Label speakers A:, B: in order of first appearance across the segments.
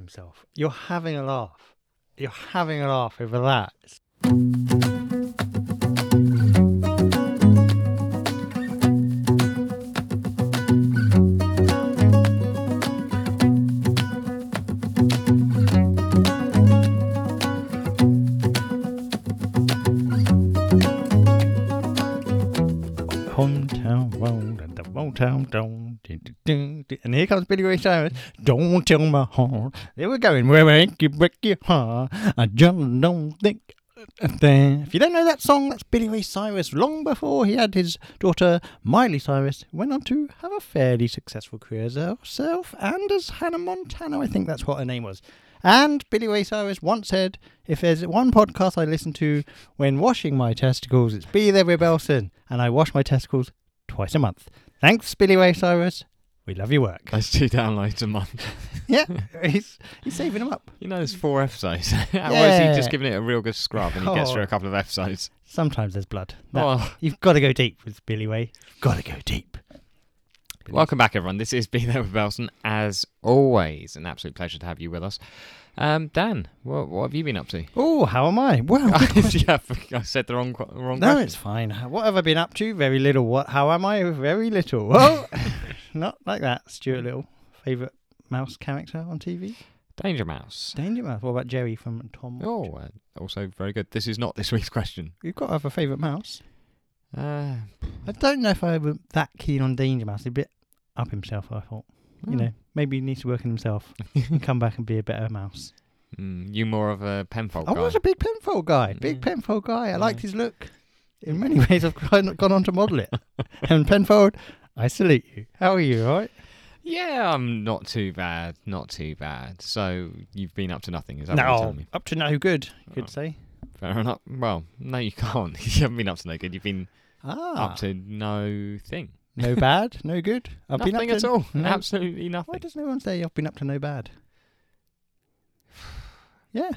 A: himself. You're having a laugh. You're having a laugh over that. Hometown road and the hometown down. Ding, ding, ding, ding. And here comes Billy Ray Cyrus. Don't tell my heart. There we're going. Where make you break your heart. I just don't think. a thing. If you don't know that song, that's Billy Ray Cyrus. Long before he had his daughter Miley Cyrus, went on to have a fairly successful career as herself and as Hannah Montana. I think that's what her name was. And Billy Ray Cyrus once said, if there's one podcast I listen to when washing my testicles, it's Be There Rebelson. And I wash my testicles twice a month. Thanks, Billy Ray Cyrus. We love your work.
B: That's two downloads a month.
A: yeah, he's, he's saving them up.
B: You know, there's four episodes. Otherwise, he's
A: Yeah.
B: just giving it a real good scrub and he gets
A: Oh.
B: through a couple of episodes.
A: Sometimes there's blood. That-
B: Well,
A: You've got to go deep with Billy Ray. Got to go deep.
B: welcome back, everyone. This is Be There with Belson. As always, an absolute pleasure to have you with us. Um, Dan, what, what have you been up to?
A: Oh, how am I? Well,
B: yeah, I said the wrong qu- wrong
A: no,
B: question.
A: it's fine. What have I been up to? Very little. What? How am I? Very little. Well, not like that. Stuart Little, favorite mouse character on TV.
B: Danger Mouse.
A: Danger Mouse. What about Jerry from Tom? and
B: Oh, uh, also very good. This is not this week's question.
A: Jerry? You've got to have a favorite mouse.
B: Uh,
A: I don't know if I were that keen on Danger Mouse. He's a bit up himself. I thought.
B: hmm.
A: You know, maybe he needs to work on himself and come back and be a better mouse.
B: Mm, you more of a Penfold
A: I
B: guy.
A: was a big Penfold guy. Big
B: Mm.
A: Penfold guy. I
B: Yeah.
A: liked his look. In many ways, I've gone gone on to model it. and Penfold, I salute you. How are you? All right?
B: Yeah, I'm not too bad. Not too bad. So you've been up to nothing, is that what you're
A: No,
B: telling me?
A: up to no good. You could
B: Oh.
A: say.
B: Fair enough. Well, no, you can't. you haven't been up to no good. You've been
A: Ah,
B: up to no thing.
A: no bad, no good. I've
B: nothing
A: been up
B: at
A: to.
B: all.
A: no-
B: Absolutely
A: Why
B: nothing.
A: does no one say I've been up to no bad? Yeah,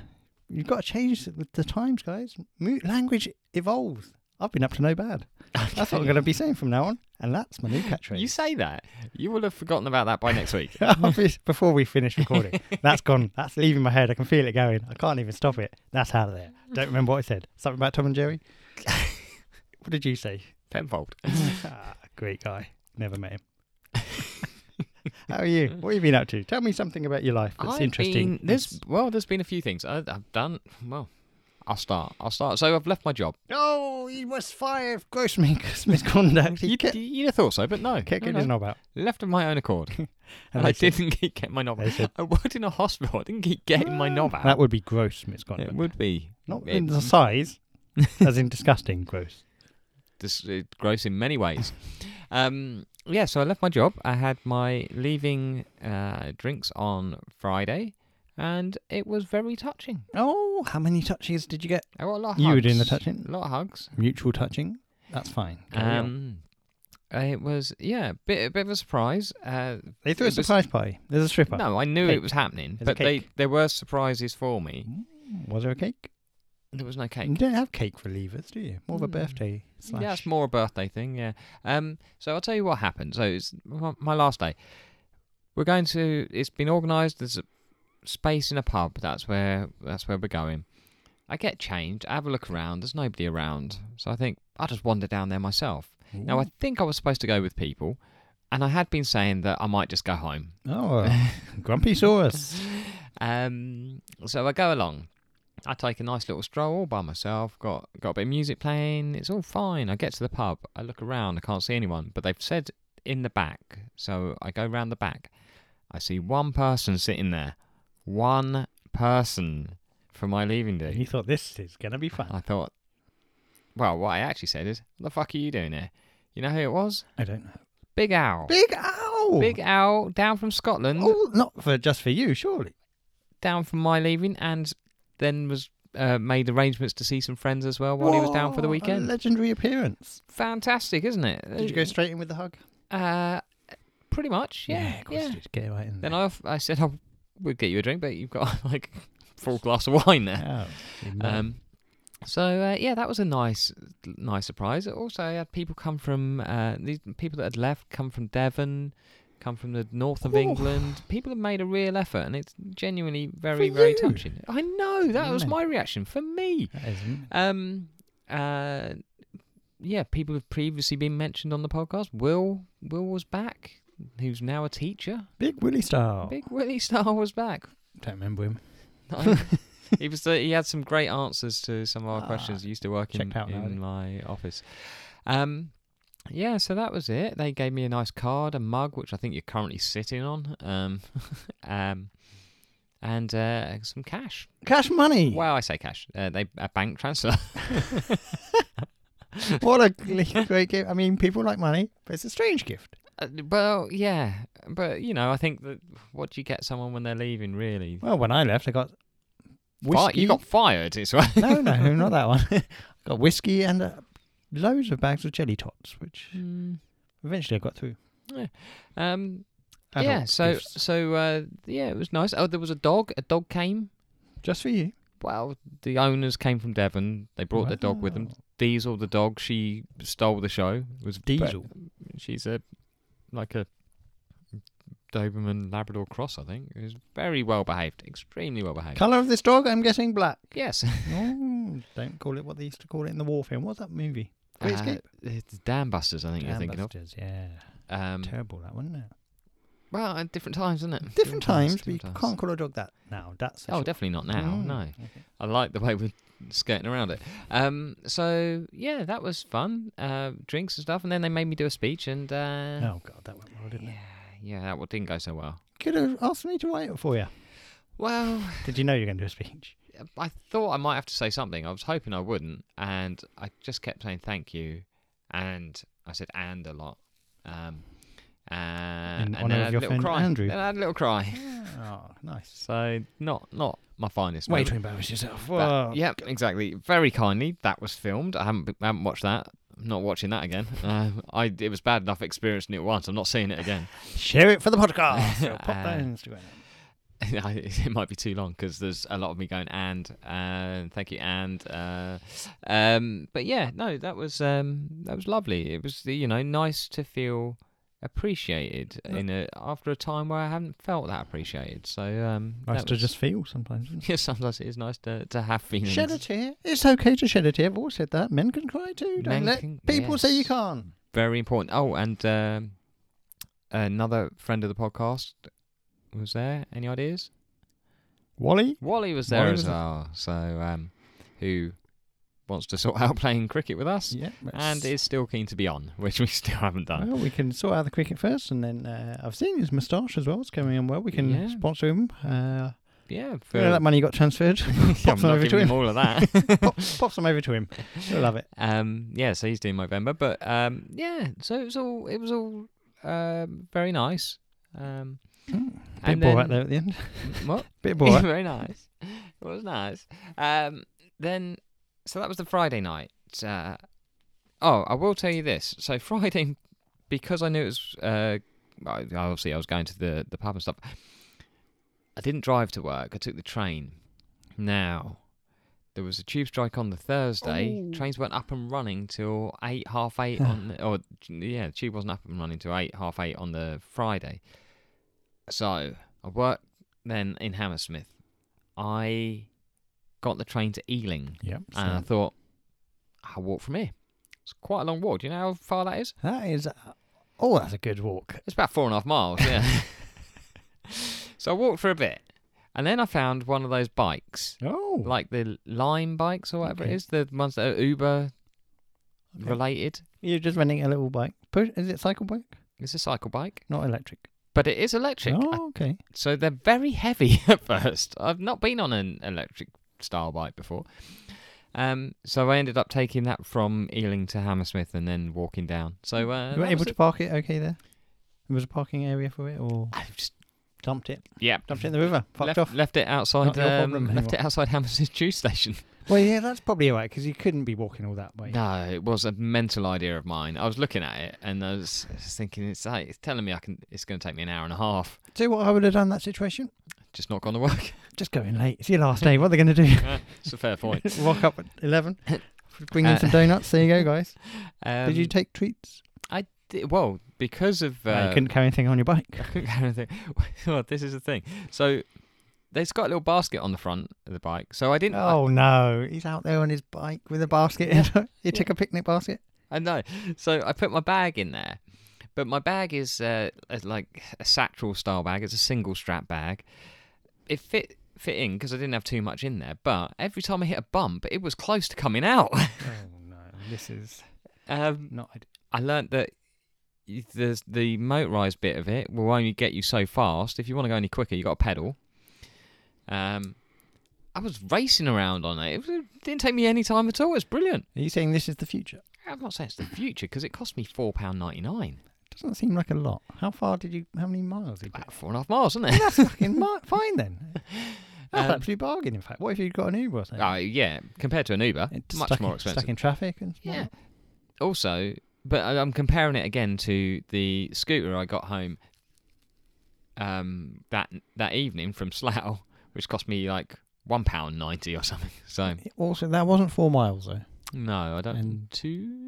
A: you've got to change the, the times, guys. Mo- language evolves. I've been up to no bad. That's what I'm going to be saying from now on, and that's my new catchphrase.
B: You say that. You will have forgotten about that by next week.
A: Obvious- before we finish recording. That's gone. That's leaving my head. I can feel it going. I can't even stop it. That's out of there. Don't remember what I said. Something about Tom and Jerry? what did you say?
B: Penfold.
A: ah, great guy. Never met him. How are you? What have you been up to? Tell me something about your life that's
B: I've
A: interesting.
B: Been, there's well, there's been a few things I, I've done. Well, I'll start. I'll start. So I've left my job.
A: Oh, he was fired. Gross mis- misconduct. He
B: You,
A: kept,
B: you, you'd have thought so, but no.
A: kept
B: no,
A: getting
B: no.
A: his knob out.
B: Left of my own accord.
A: And
B: And I
A: they said-
B: didn't keep getting my knob
A: they
B: out.
A: said-
B: I worked in a hospital. I didn't keep getting my knob out.
A: Ah. That would be gross
B: it
A: misconduct.
B: would be.
A: Not
B: it-
A: in the size, as in disgusting gross.
B: This is uh, gross in many ways. um, yeah, so I left my job. I had my leaving uh, drinks on Friday, and it was very touching.
A: Oh, how many touches did you get?
B: I got a lot of
A: You were doing the
B: hugs.
A: touching?
B: A lot of hugs.
A: mutual touching. That's fine. Carry on.
B: Um, it was yeah, bit a bit of a surprise. Uh,
A: they threw a
B: it was-
A: surprise party. There's a stripper.
B: no, I knew
A: Cake.
B: it was happening,
A: There's a
B: but they
A: cake.
B: there were surprises for me.
A: Mm, Was there a cake?
B: There was no cake.
A: You don't have cake for leavers, do you? More of a
B: Mm.
A: birthday slash.
B: Yeah, it's more a birthday thing. Yeah. Um. So I'll tell you what happened. So it's m- my last day. We're going to. It's been organised. There's a space in a pub. That's where. That's where we're going. I get changed. I have a look around. There's nobody around. So I think I'll just wander down there myself. Now I think I was supposed to go with people, and I had been saying that I might just go home.
A: oh, grumpy sauce.
B: Um, so I go along. I take a nice little stroll all by myself. Got got a bit of music playing. It's all fine. I get to the pub. I look around. I can't see anyone, but they've said in the back. So I go round the back. I see one person sitting there. One person for my leaving
A: He
B: day.
A: thought this is gonna be fun.
B: I thought. Well, what I actually said is, "What the fuck are you doing here?" You know who it was?
A: I don't know.
B: Big Owl.
A: Big owl.
B: Big Owl down from Scotland.
A: Oh, not for just for you, surely.
B: down from my leaving and then was uh, made arrangements to see some friends as well while he was down for the
A: Whoa, a
B: weekend. Uh,
A: legendary appearance.
B: Fantastic, isn't it?
A: Did you go straight in with the hug?
B: Uh, pretty much, yeah.
A: of course you did. Get right in.
B: Then
A: there.
B: I, off- I said I would get you a drink, but you've got like a full glass of wine there.
A: Oh, you mad.
B: Um, so uh, yeah, that was a nice, nice surprise. Also, I had people come from uh, these people that had left come from Devon, come from the north of
A: Oh.
B: England. People have made a real effort, and it's genuinely very,
A: For
B: very
A: you.
B: touching. I know that was
A: Yeah.
B: my reaction for me.
A: That isn't.
B: Um, uh, yeah, people have previously been mentioned on the podcast. Will Will was back, who's now a teacher.
A: Big Willie style.
B: Big Willie Star was back.
A: Don't remember him.
B: No. he was the, he had some great answers to some of our questions. He used to work in,
A: checked Ah, out eh? now,
B: in
A: hasn't
B: my office. Um, yeah, so that was it. They gave me a nice card, a mug, which I think you're currently sitting on, um, um, and uh, some cash.
A: Cash money.
B: Well, I say cash. Uh, they a bank transfer.
A: What a gl- great gift. I mean, people like money, but it's a strange gift.
B: Uh, well, yeah, but you know, I think that what do you get someone when they're leaving? Really,
A: Well, when I left, I got
B: Fi-
A: whiskey.
B: you got fired. It's right.
A: no, no, not that one. I got whiskey and uh, loads of bags of jelly tots, which eventually I got through.
B: Um,
A: Adult
B: yeah, so
A: gifts.
B: so uh, yeah, it was nice. Oh, there was a dog. A dog came.
A: just for you.
B: Well, the owners came from Devon. They brought their dog with them.
A: Wow.
B: Diesel, the dog, she stole the show. It was
A: Diesel.
B: She's a like a Doberman Labrador cross, I think. It was very well behaved, extremely well behaved.
A: Colour of this dog, I'm guessing black.
B: yes,
A: Oh, don't call it what they used to call it in the war film. What's that movie? Great
B: Uh,
A: Escape.
B: it's Dam Busters, I think you're thinking
A: Dambusters, yeah.
B: of. Um,
A: Terrible that one, isn't
B: well, at different times, isn't it?
A: it? Different times, but you
B: different times.
A: can't call a dog that now. That's for
B: Oh,
A: sure.
B: definitely not now.
A: Mm.
B: No.
A: Okay.
B: I like the way we're skirting around it. Um, so yeah, that was fun. Uh, drinks and stuff, and then they made me do a speech, and uh,
A: Oh god, that went well, didn't
B: yeah,
A: it?
B: yeah, that wa- didn't go so well.
A: Could have asked me to write it for you.
B: Well,
A: Did you know you were going to do a speech?
B: I thought I might have to say something. I was hoping I wouldn't, and I just kept saying thank you, and I said and a lot. Um, uh, and
A: honour
B: then
A: of
B: I had
A: your
B: a little
A: friend
B: cry.
A: Andrew.
B: Then I had a little cry.
A: oh, nice.
B: So not not my finest.
A: Way
B: moment.
A: to embarrass yourself.
B: But,
A: Whoa.
B: yeah, exactly. Very kindly, that was filmed. I haven't, I haven't watched that. I'm not watching that again. Uh, I it was bad enough experiencing it once. I'm not seeing it again.
A: Share it for the podcast. So pop
B: Uh,
A: that on Instagram.
B: it might be too long because there's a lot of me going and and thank you and uh, um. But yeah, no, that was um that was lovely. It was you know nice to feel appreciated in a after a time where I haven't felt that appreciated. So um,
A: Nice
B: that
A: to
B: was-
A: just feel sometimes. isn't
B: yeah. Sometimes it is nice to to have
A: it?
B: feelings.
A: Shed a tear. It's okay to shed a tear. I've always said that. Men can cry too. Don't
B: Men
A: let
B: can-
A: people say you
B: yes.
A: can't.
B: very important. Oh, and um, another friend of the podcast was there. Any ideas?
A: Wally?
B: Wally was there
A: Wally
B: as
A: was there.
B: well. So, um, who wants to sort out playing cricket with us
A: Yeah. that's-
B: and is still keen to be on, which we still haven't done.
A: Well, we can sort out the cricket first, and then uh, I've seen his moustache as well. It's coming in well. We can
B: Yeah.
A: sponsor him. Uh,
B: Yeah, for,
A: you know that money got transferred.
B: I'm
A: pops them
B: not
A: over to
B: giving him
A: him.
B: all of that.
A: Pop, pop some over to him. He'll love it.
B: um, yeah, so he's doing November, but um, yeah, so it was all it was all um, very nice. Um,
A: Mm. Bit
B: And
A: bored
B: then-
A: there at the end.
B: what?
A: Bit bored.
B: Very nice. It was nice. Um, then, so that was the Friday night. Uh, oh, I will tell you this. So Friday, because I knew it was, uh, I- obviously I was going to the the pub and stuff. I didn't drive to work. I took the train. Now, there was a tube strike on the Thursday.
A: Oh.
B: Trains weren't up and running till eight, half eight on, or yeah, the tube wasn't up and running till eight, half eight on the Friday. So I worked then in Hammersmith. I got the train to Ealing,
A: Yep.
B: and I thought I'll walk from here. It's quite a long walk. Do you know how far that is?
A: That is. uh, Oh, that's a good walk.
B: It's about four and a half miles. Yeah. so I walked for a bit, and then I found one of those bikes,
A: Oh,
B: like the Lime bikes or whatever
A: Okay.
B: it is, the ones that are Uber
A: Okay.
B: related.
A: you're just renting a little bike. Push, is it cycle bike?
B: It's a cycle bike,
A: Not electric.
B: but it is electric. I
A: Oh, okay.
B: So they're very heavy at first. I've not been on an electric style bike before. Um, so I ended up taking that from Ealing to Hammersmith and then walking down. So uh,
A: you were
B: that
A: able
B: was
A: to
B: it.
A: park it okay there. There was a parking area for it, or
B: I've just
A: dumped it,
B: yeah,
A: dumped it in the river, fucked
B: left,
A: off.
B: left it outside.
A: Not your
B: Um,
A: problem
B: left it outside Hammersmith Tube Station.
A: Well, yeah, that's probably all right because you couldn't be walking all that way.
B: No, it was a mental idea of mine. I was looking at it and I was just thinking it's like it's telling me I can. It's going to take me an hour and a half.
A: See what I would have done in that situation?
B: Just not going to work.
A: Just go in late. It's your last day. What are they going to do?
B: it's a fair point.
A: Rock up at eleven. Bring in
B: Uh,
A: some donuts. There you go, guys.
B: Um,
A: Did you take treats?
B: di- well because of
A: Uh, you
B: uh,
A: couldn't carry anything on your bike.
B: kind of thing. Well, this is the thing. So it's got a little basket on the front of the bike. So I didn't. I-
A: Oh no, he's out there on his bike with a basket. he took a picnic basket.
B: I know. So I put my bag in there, but my bag is uh, a- like a satchel style bag. It's a single strap bag. It fit fit in because I didn't have too much in there. But every time I hit a bump, it was close to coming out.
A: oh no, this is
B: um,
A: not.
B: I learnt that y- the the motorized bit of it will only get you so fast. If you want to go any quicker, you got to pedal. Um, I was racing around on it. It, was, it didn't take me any time at all. It's brilliant.
A: Are you saying this is the future?
B: I'm not saying it's the future because it cost me four pound ninety nine.
A: Doesn't seem like a lot. How far did you? How many miles did you?
B: about four and a half miles, isn't it?
A: fucking mi- fine then. That's
B: Um,
A: an absolute bargain. In fact, what if you'd got an Uber or something?
B: Oh yeah, compared to an Uber,
A: It's
B: much
A: stuck
B: more
A: in-
B: expensive.
A: Stuck in traffic. And
B: Yeah. Also, but I- I'm comparing it again to the scooter I got home um, that that evening from Slough, which cost me like one pound ninety or something. So
A: Also, that wasn't four miles though.
B: no, I don't.
A: And-
B: two.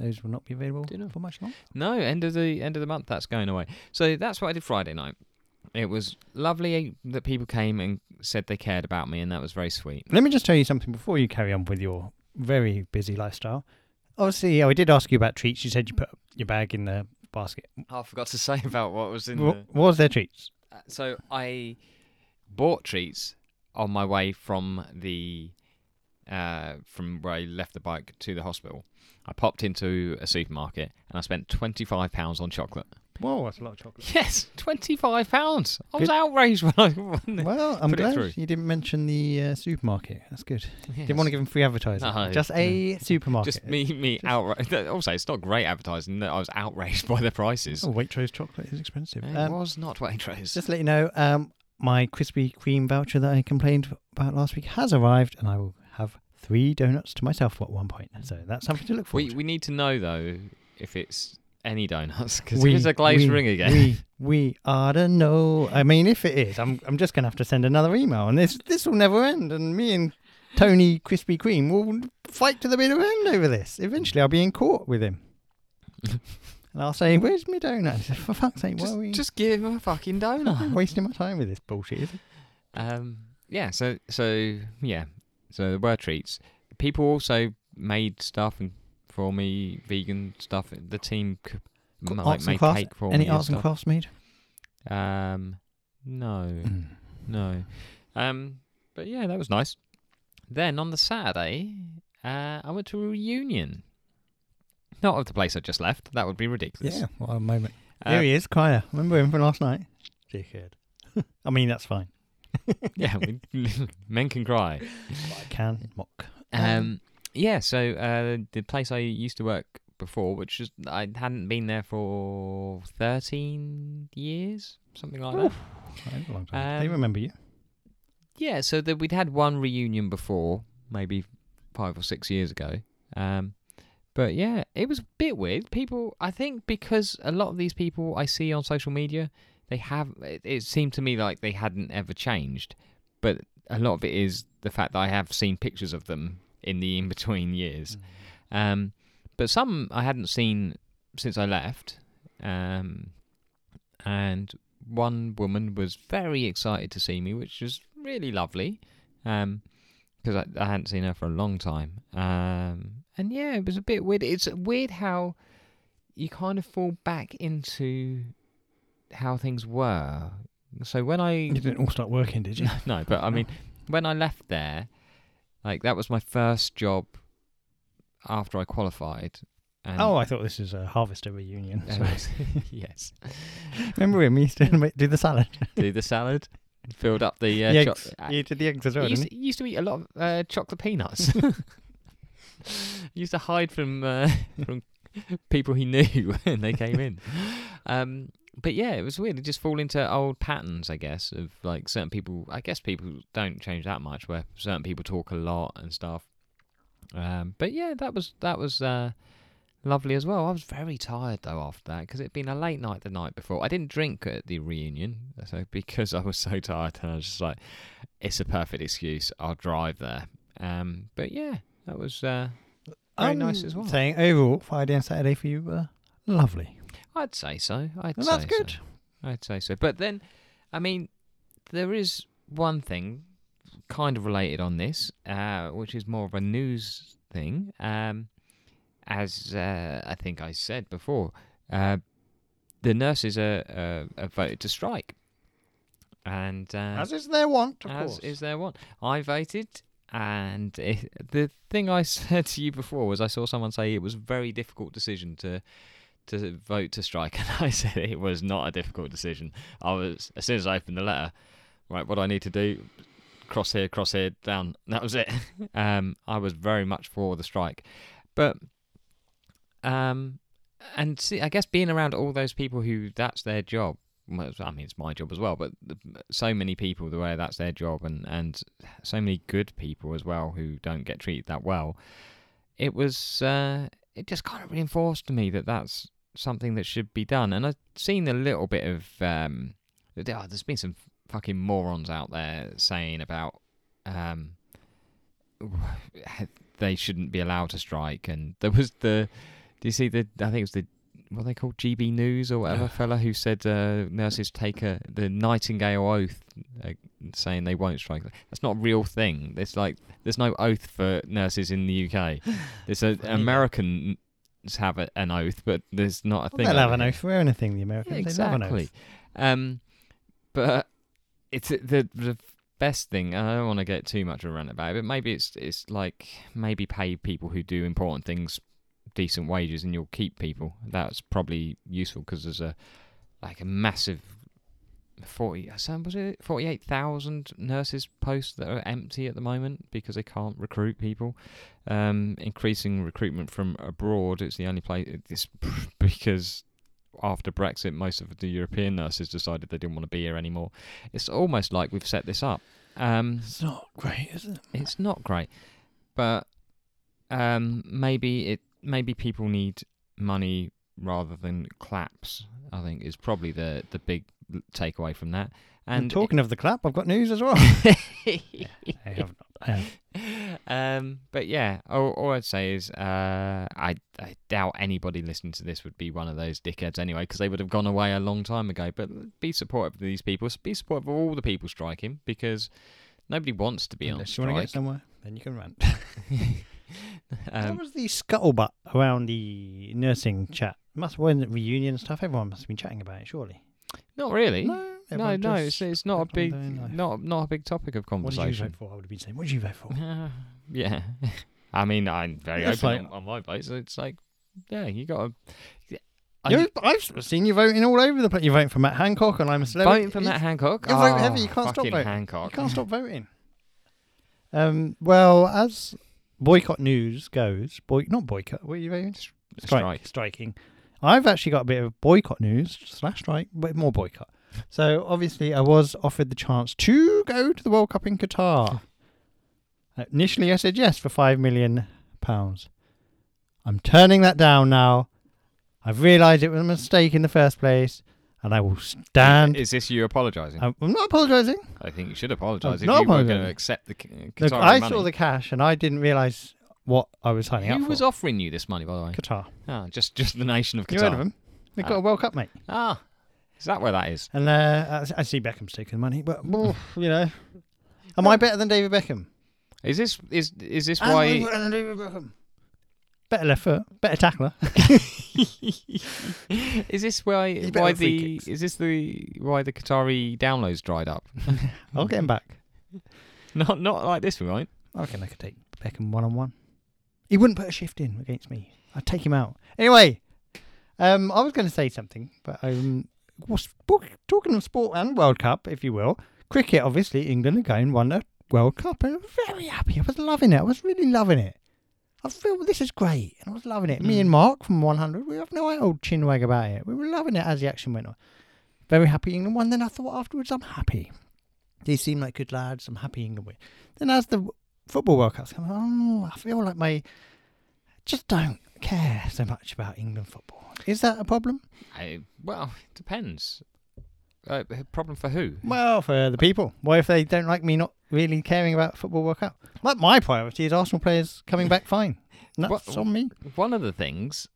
A: Those will not be available
B: Dunno.
A: for much longer.
B: No, end of the end of the month. That's going away. So that's what I did Friday night. It was lovely that people came and said they cared about me, and that was very sweet.
A: Let me just tell you something before you carry on with your very busy lifestyle. Obviously, yeah, I did ask you about treats. You said you put your bag in the basket.
B: Oh, I forgot to say about what was in
A: Wha-
B: the.
A: what was there treats?
B: Uh, so I bought treats on my way from the uh, from where I left the bike to the hospital. I popped into a supermarket and I spent twenty five pounds on chocolate.
A: Whoa, that's a lot of chocolate.
B: Yes, twenty five pounds. I was outraged when I won it.
A: Well, I'm
B: Put it through.
A: glad you didn't mention the uh, supermarket. That's good.
B: Yes.
A: Didn't want to give them free advertising.
B: No,
A: just a supermarket.
B: just me, me outraged. Also, it's not great advertising. that I was outraged by the prices.
A: Oh, Waitrose chocolate is expensive.
B: it
A: Um,
B: was not Waitrose.
A: Just to let you know, um, my Krispy Kreme voucher that I complained about last week has arrived, and I will have three donuts to myself at one point. So that's something to look for.
B: We we need to know though if it's any donuts because
A: We-
B: if it's a glazed
A: we-
B: ring again.
A: We we ought to know. I mean, if it is, I'm I'm just gonna have to send another email, and this this will never end. And me and Tony Krispy Kreme will fight to the bitter end over this. Eventually, I'll be in court with him, and I'll say, "Where's my donut?" He says, For fuck's sake, why
B: Just,
A: are we
B: just give him a fucking
A: I'm
B: donut.
A: wasting my time with this bullshit? Is it?
B: um, yeah. So so yeah. So there were treats. People also made stuff and for me, vegan stuff. The team c- m-
A: Arts
B: like
A: and
B: made
A: crafts?
B: cake for
A: Any
B: me.
A: arts and
B: and
A: crafts made? Hmm.
B: stuff. Um, no, no. Um, but yeah, that was nice. Then on the Saturday, uh, I went to a reunion. Not of the place I just left. That would be ridiculous.
A: Yeah, what a moment.
B: Uh,
A: Here he is, Kaya. Remember him from last night? Dickhead. I mean, that's fine.
B: yeah. we- men can cry.
A: But I can mock.
B: Um, yeah, so uh, the place I used to work before, which is I hadn't been there for thirteen years, something like that.
A: That's a long time. they
B: um,
A: remember you.
B: Yeah, so that we'd had one reunion before, maybe five or six years ago. Um, but yeah, it was a bit weird. People, I think, because a lot of these people I see on social media, they have. It, it seemed to me like they hadn't ever changed, but a lot of it is the fact that I have seen pictures of them in the in between years. Um, but some I hadn't seen since I left. Um, and one woman was very excited to see me, which was really lovely. Um, because I, I hadn't seen her for a long time. Um, and yeah, it was a bit weird. It's weird how you kind of fall back into how things were. So when I
A: You didn't all start working, did you?
B: no, but I mean, when I left there, like that was my first job after I qualified. And
A: oh, I thought this was a harvester reunion.
B: and-
A: Sorry.
B: yes,
A: remember him? He used to make- do the salad.
B: do the salad, filled up the uh,
A: the
B: choc-
A: eggs. he did the eggs as well,
B: used,
A: didn't
B: to, used to eat a lot of uh, chocolate peanuts. used to hide from uh, from people he knew when they came in. Um, but yeah, it was weird. It just fall into old patterns, I guess, of like certain people. I guess people don't change that much, where certain people talk a lot and stuff. Um, but yeah, that was that was uh, lovely as well. I was very tired though after that because it'd been a late night the night before. I didn't drink at the reunion, so because I was so tired, and I was just like, it's a perfect excuse. I'll drive there. Um, but yeah, that was uh,
A: he?
B: very nice as well.
A: Saying overall, Friday and Saturday for you were Lovely.
B: I'd say so. I'd
A: And
B: say
A: that's
B: so.
A: good.
B: I'd say so. But then, I mean, there is one thing kind of related on this, uh, which is more of a news thing. Um, as uh, I think I said before, uh, the nurses are, uh, are voted to strike. And uh,
A: As is their want, of
B: as
A: course.
B: is there one. I voted, and it, the thing I said to you before was I saw someone say it was a very difficult decision to to vote to strike, and I said it was not a difficult decision. I was as soon as I opened the letter, right, what do I need to do? Cross here, cross here, down. That was it. um, I was very much for the strike, but um, and see, I guess being around all those people who that's their job. well, I mean, it's my job as well, but the- so many people the way that's their job, and and so many good people as well who don't get treated that well. It was uh, it just kind of reinforced to me that that's something that should be done, and I've seen a little bit of um, there- oh, there's been some fucking morons out there saying about um, they shouldn't be allowed to strike, and there was the do you see the I think it was the what are they called GB News or whatever fella who said uh, nurses take a the Nightingale oath, uh, saying they won't strike. That's not a real thing. There's like there's no oath for nurses in the UK. There's a,
A: Funny.
B: Americans have a, an oath, but there's not a
A: Well,
B: thing.
A: they'll
B: over
A: have an
B: here.
A: oath for anything, the
B: Yeah,
A: Americans. They love an
B: exactly.
A: oath.
B: Um, but it's the the best thing. and I don't want to get too much of a rant about it, but maybe it's it's like maybe pay people who do important things decent wages, and you'll keep people. That's probably useful because there's a like a massive forty. Some was it forty eight thousand nurses posts that are empty at the moment because they can't recruit people. Um, increasing recruitment from abroad. It's the only place. It's because after Brexit, most of the European nurses decided they didn't want to be here anymore. It's almost like we've set this up. Um,
A: It's not great, is it?
B: it's not great, but um, maybe it maybe people need money rather than claps. I think is probably the the big takeaway from that.
A: And,
B: And
A: talking of the clap, I've got news as well. I have not. I have
B: um, but yeah, all, all I'd say is uh, I, I doubt anybody listening to this would be one of those dickheads anyway, because they would have gone away a long time ago. But be supportive of these people. Be supportive of all the people striking, because nobody wants to be on
A: Unless you want to
B: strike.
A: get somewhere, then you can rant. there
B: um,
A: was the scuttlebutt around the nursing chat. Must when the reunion stuff, everyone must have been chatting about it, surely.
B: not really.
A: No,
B: no,
A: everyone
B: no
A: just-
B: it's, it's not a
A: kept on
B: big
A: their life.
B: not not a big topic of
A: What did you vote
B: conversation.
A: for? I would have been saying, what did you vote for?
B: yeah, I mean, I'm very
A: It's
B: open
A: like-
B: on, on my vote. So it's like, yeah, you got to.
A: You- I've seen you voting all over the place. You're voting for Matt Hancock, and I'm a celebrity.
B: Voting for
A: You-
B: Matt Hancock. Ah,
A: you're voting heavy, you can't stop
B: fucking
A: voting.
B: Hancock.
A: You can't stop voting. Um, well, as boycott news goes, boy, not boycott. What are you voting?
B: Strike.
A: Striking. I've actually got a bit of boycott news slash strike, but more boycott. So obviously, I was offered the chance to go to the World Cup in Qatar.
B: Hmm.
A: Uh, Initially, I said yes for five million pounds. I'm turning that down now. I've realised it was a mistake in the first place, and I will stand.
B: Is this you apologising?
A: I'm I'm not apologising.
B: I think you should apologise
A: Uh, I'm
B: if
A: not
B: you were going to
A: apologising.
B: accept the c-
A: Look,
B: Qatari
A: I
B: money.
A: saw the cash and I didn't realise what I was signing up
B: Who
A: for.
B: was offering you this money, by the way?
A: Qatar.
B: Ah, just just the nation of Qatar.
A: You heard of them? They've got
B: Ah.
A: a World Cup, mate.
B: Ah, is that where that is?
A: And uh, I I see Beckham's taking money, but well, you know, am I better than David Beckham?
B: Is this is is this
A: Am I
B: why?
A: better than David Beckham? Better left foot, better tackler.
B: Is this why
A: He's better
B: why
A: on free
B: the
A: kicks.
B: is this the why the Qatari downloads dried up?
A: I'll get him back.
B: Not not like this, right?
A: I reckon I could take Beckham one on one. He wouldn't put a shift in against me. I'd take him out. Anyway, um, I was going to say something, but um, was talking of sport and World Cup, if you will, cricket. Obviously, England again won a World Cup, and I'm very happy. I was loving it. I was really loving it. I feel this is great, and I was loving it. Me
B: Mm.
A: and Mark from 100, we have no old chinwag about it. We were loving it as the action went on. Very happy England won. Then I thought afterwards, I'm happy. They seem like good lads. I'm happy England win. Then as the football World Cup's coming, oh, I feel like my just don't care so much about England football. Is that a problem?
B: I, well, it depends. Uh, problem for who?
A: Well, for the people. What if they don't like me not really caring about football World Cup? My, my priority is Arsenal players coming back fine. That's
B: What-
A: on me.
B: one of the things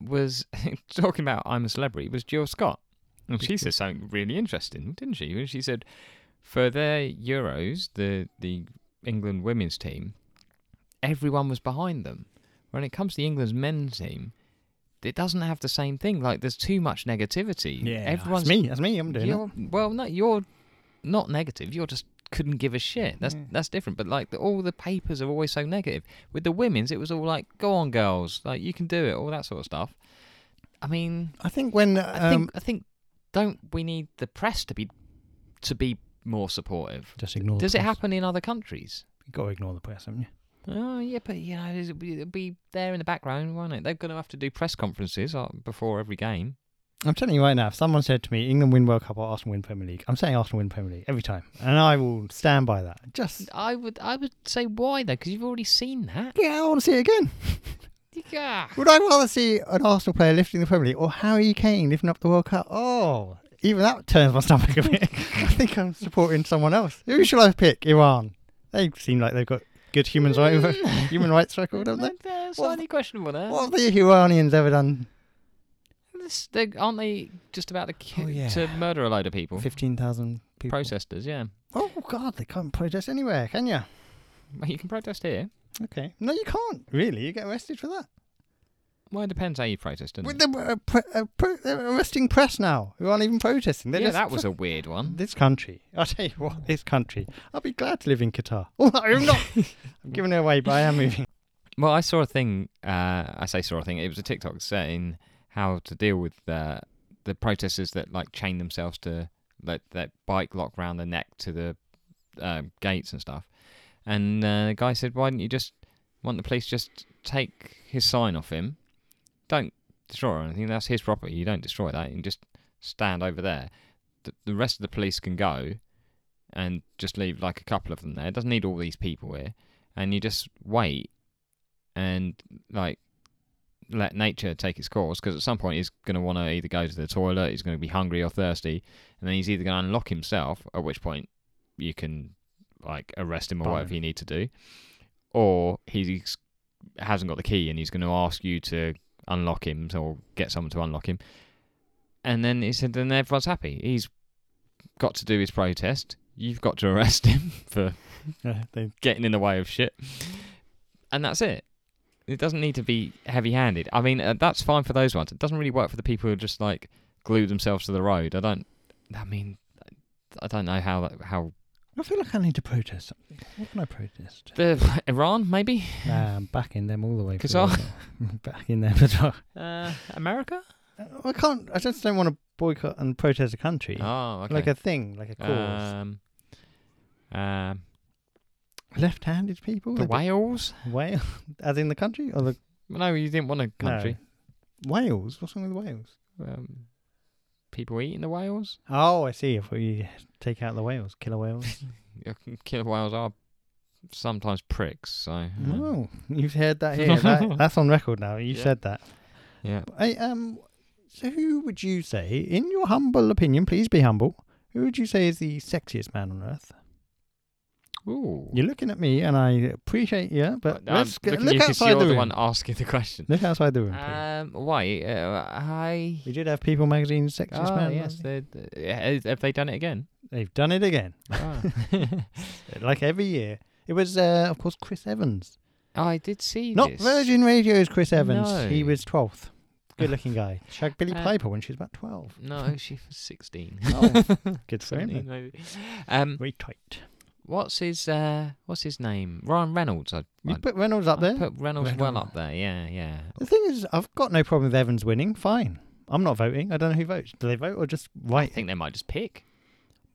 B: was talking about I'm a Celebrity was Jill Scott. And she said something really interesting, didn't she? When she said for their Euros, the the England women's team, everyone was behind them. When it comes to England's men's team, it doesn't have the same thing. Like there's too much negativity.
A: Yeah,
B: everyone's
A: that's me. That's me. I'm doing it.
B: you're, Well, no, you're not negative. You're just couldn't give a shit. That's
A: Yeah.
B: that's different. But like the, all the papers are always so negative. With the women's, it was all like, "Go on, girls! Like you can do it." All that sort of stuff. I mean,
A: I think when um,
B: I think I think don't we need the press to be to be more supportive?
A: just ignore.
B: Does
A: the
B: it
A: press.
B: happen in other countries?
A: You got to ignore the press, haven't you?
B: Oh yeah, but you know it'll be, it'll be there in the background, won't it? They're going to have to do press conferences uh, before every game.
A: I'm telling you right now, if someone said to me, England win World Cup or Arsenal win Premier League, I'm saying Arsenal win Premier League every time. And I will stand by that. Just,
B: I would I would say why though? Because you've already seen that.
A: yeah, I want to see it again.
B: Yeah.
A: Would I rather see an Arsenal player lifting the Premier League or Harry Kane lifting up the World Cup? Oh, even that turns my stomach a bit. I think I'm supporting someone else. Who shall I pick? Iran. They seem like they've got good human rights, human rights record, haven't they?
B: Uh,
A: What-
B: slightly questionable there.
A: What have the Iranians ever done?
B: This- they- aren't they just about to, ki-
A: Oh, yeah.
B: to murder a load of people?
A: 15,000 people.
B: Protesters, yeah.
A: Oh, God, they can't protest anywhere, can you?
B: Well, You can protest here.
A: Okay. No, you can't, really. You get arrested for that.
B: Well, it depends how you protest. doesn't
A: With
B: it?
A: the, uh, pre- uh, pro- they're arresting press now who aren't even protesting. They're
B: yeah,
A: just
B: that was a weird one.
A: this country. I'll tell you what, this country. I'll be glad to live in Qatar. Oh, I'm not. I'm giving it away, but I am moving.
B: Well, I saw a thing. Uh, I say saw a thing. It was a TikTok saying how to deal with uh, the protesters that like chain themselves to like that bike lock round their neck to the um, gates and stuff. And uh, the guy said, "Why don't you just? Why don't the police just take his sign off him? Don't destroy it or anything. That's his property. You don't destroy that. You can just stand over there. The, the rest of the police can go, and just leave like a couple of them there. It doesn't need all these people here. And you just wait." and like let nature take its course because at some point he's going to want to either go to the toilet, he's going to be hungry or thirsty, and then he's either going to unlock himself, at which point you can like arrest him or
A: Bung
B: whatever
A: him.
B: you need to do, or he's hasn't got the key and he's going to ask you to unlock him or get someone to unlock him, and then he said then everyone's happy. He's got to do his protest. You've got to arrest him for
A: Yeah, Uh, they,
B: getting in the way of shit. And that's it. It doesn't need to be heavy handed. I mean, uh, that's fine for those ones. It doesn't really work for the people who just like glue themselves to the road. I don't, I mean, I don't know how, that- how,
A: I feel like I need to protest something. What can I protest?
B: the Iran, maybe?
A: Nah, I'm backing um, them all the way. for
B: Qatar?
A: the- I'm backing them as well.
B: Uh, America?
A: I can't. I just don't want to boycott and protest a country.
B: Oh, okay.
A: Like a thing, like a cause.
B: um, um,
A: Left-handed people,
B: the
A: They're
B: Wales?
A: bit- Wales, as in the country or the
B: No, you didn't want a country.
A: Wales. What's wrong with Wales?
B: Um, people eating the whales?
A: Oh, I see. If we take out the whales, killer whales.
B: Yeah, Killer whales are sometimes pricks, so. um,
A: Oh, you've heard that here. That- that's on record now. You
B: Yeah.
A: said that.
B: Yeah.
A: I, um, so who would you say, in your humble opinion, please be humble, who would you say is the sexiest man on earth?
B: Ooh.
A: You're looking at me, and I appreciate you, but
B: I'm
A: let's get,
B: looking
A: look
B: at you 'cause
A: outside
B: you're
A: the room.
B: one asking the question.
A: Look outside the room. please.
B: Um, why? Uh, I.
A: we did have People Magazine's sexiest
B: Oh,
A: man.
B: yes.
A: wasn't
B: they- they- Have have they done it again?
A: it? They've done it again,
B: Ah.
A: like every year. It was, uh, of course, Chris Evans.
B: I did see
A: Not
B: this.
A: Virgin Radio's Chris Evans. He
B: No.
A: was 12th. Good looking guy. Chugged Billy
B: Uh,
A: Piper when she was about 12.
B: No, she was 16.
A: Oh, good for him.
B: 17
A: then.
B: maybe. Um,
A: Very tight.
B: what's his uh, what's his name? Ryan Reynolds. I,
A: You
B: I-
A: put Reynolds up
B: I
A: there.
B: put Reynolds well
A: Reynolds.
B: up there. Yeah, yeah.
A: the thing is, I've got no problem with Evans winning. Fine. I'm not voting. I don't know who votes. Do they vote or just
B: I
A: write?
B: think they might just pick.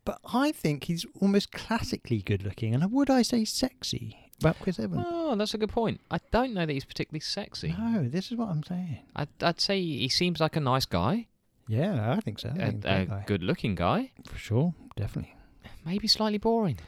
A: But I think he's almost classically good looking, and would I say sexy about Chris Evans?
B: Oh, that's a good point. I don't know that he's particularly sexy.
A: No, this is what I'm saying.
B: I'd, I'd say he seems like a nice guy,
A: Yeah, I think so. I
B: a,
A: think he's a
B: a
A: great guy.
B: good-looking guy.
A: for sure, definitely.
B: Maybe slightly boring.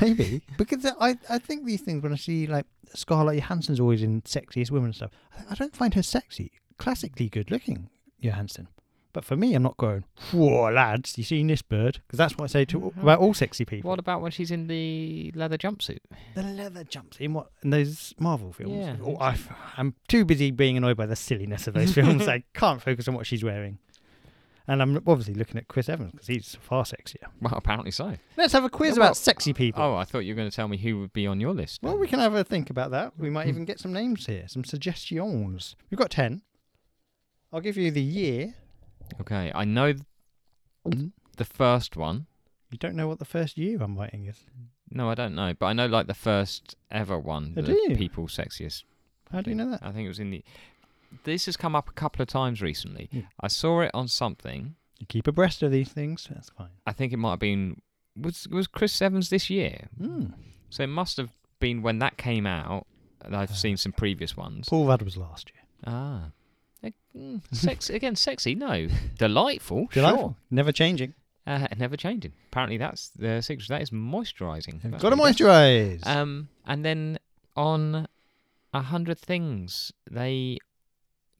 A: Maybe because I I think these things when I see like Scarlett Johansson's always in sexiest women and stuff. I, I don't find her sexy. Classically good looking, Johansson. But for me, I'm not going, whoa, lads, you seen this bird? Because that's what I say to all, about all sexy people.
B: What about when she's in the leather jumpsuit?
A: The leather jumps in what in those Marvel films.
B: Yeah.
A: Oh, I, am too busy being annoyed by the silliness of those films. I can't focus on what she's wearing. And I'm obviously looking at Chris Evans because he's far sexier.
B: Well, apparently so.
A: Let's have a quiz
B: Yeah, well,
A: about sexy people.
B: Oh, I thought you were going to tell me who would be on your list.
A: Well, we can have a think about that. We might even get some names here, some suggestions. We've got 10. I'll give you the year.
B: Okay, I know th- the first one.
A: You don't know what the first year I'm writing is.
B: No, I don't know, but I know like the first ever one.
A: Oh, do
B: the
A: you?
B: people sexiest.
A: How do you know that?
B: I think it was in the. This has come up a couple of times recently.
A: Hmm.
B: I saw it on something.
A: You keep abreast of these things. That's fine.
B: I think it might have been was was Chris Evans this year,
A: Mm.
B: so it must have been when that came out. and I've
A: Uh.
B: seen some previous ones.
A: Paul Rudd was last year.
B: Ah, Eh, mm, sex again, sexy. No, delightful. Sure,
A: Delightful. Never changing.
B: uh, never changing. Apparently, that's the secret. That is moisturising. That's
A: Got to
B: what it is.
A: moisturise.
B: Um, and then on a hundred things, they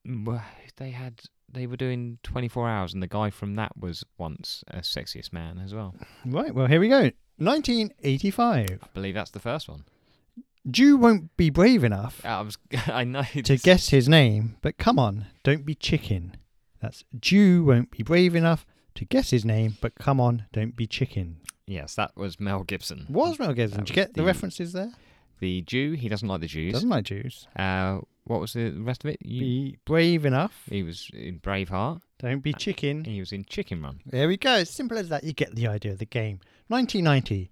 B: mm, they had they were doing twenty four hours, and the guy from that was once a sexiest man as well.
A: right. Well, here we go. 1985.
B: I believe that's the first one. Uh,
A: Jew won't be brave enough
B: I was I know
A: to
B: this-
A: guess his name, but come on, don't be chicken. That's Jew won't be brave enough to guess his name, but come on, don't be chicken.
B: Yes, that was Mel Gibson.
A: Was Mel Gibson?
B: That
A: Did you
B: was
A: get the
B: the-
A: references there?
B: the Jew? He doesn't like the Jews.
A: Doesn't like Jews.
B: Uh, what was the rest of it? You,
A: Be brave enough.
B: he was in Braveheart.
A: Don't be chicken.
B: He was in Chicken Run.
A: There we go. It's simple as that. You get the idea of the game. 1990.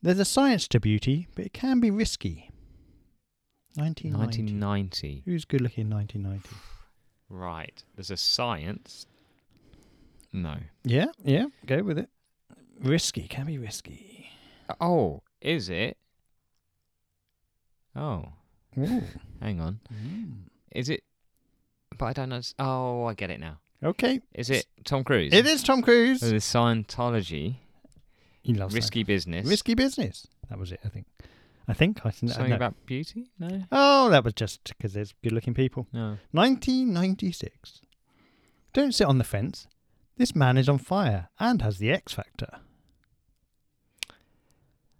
A: There's a science to beauty, but it can be risky. 1990.
B: 1990.
A: Who's good looking in 1990?
B: Right. There's a science. No.
A: Yeah, yeah. Go with it. Risky can be risky.
B: Oh, is it? Oh,
A: Ooh.
B: hang on.
A: Mm.
B: Is it? But I don't know. Oh, I get it now.
A: Okay.
B: Is it Tom Cruise?
A: It is Tom Cruise.
B: So the Scientology,
A: He loves that.
B: Uh, risky business.
A: risky business. That was it, I think. I think I said
B: Something about beauty? No.
A: Oh, that was just because there's good looking people.
B: No.
A: 1996. Don't sit on the fence. This man is on fire and has the X Factor.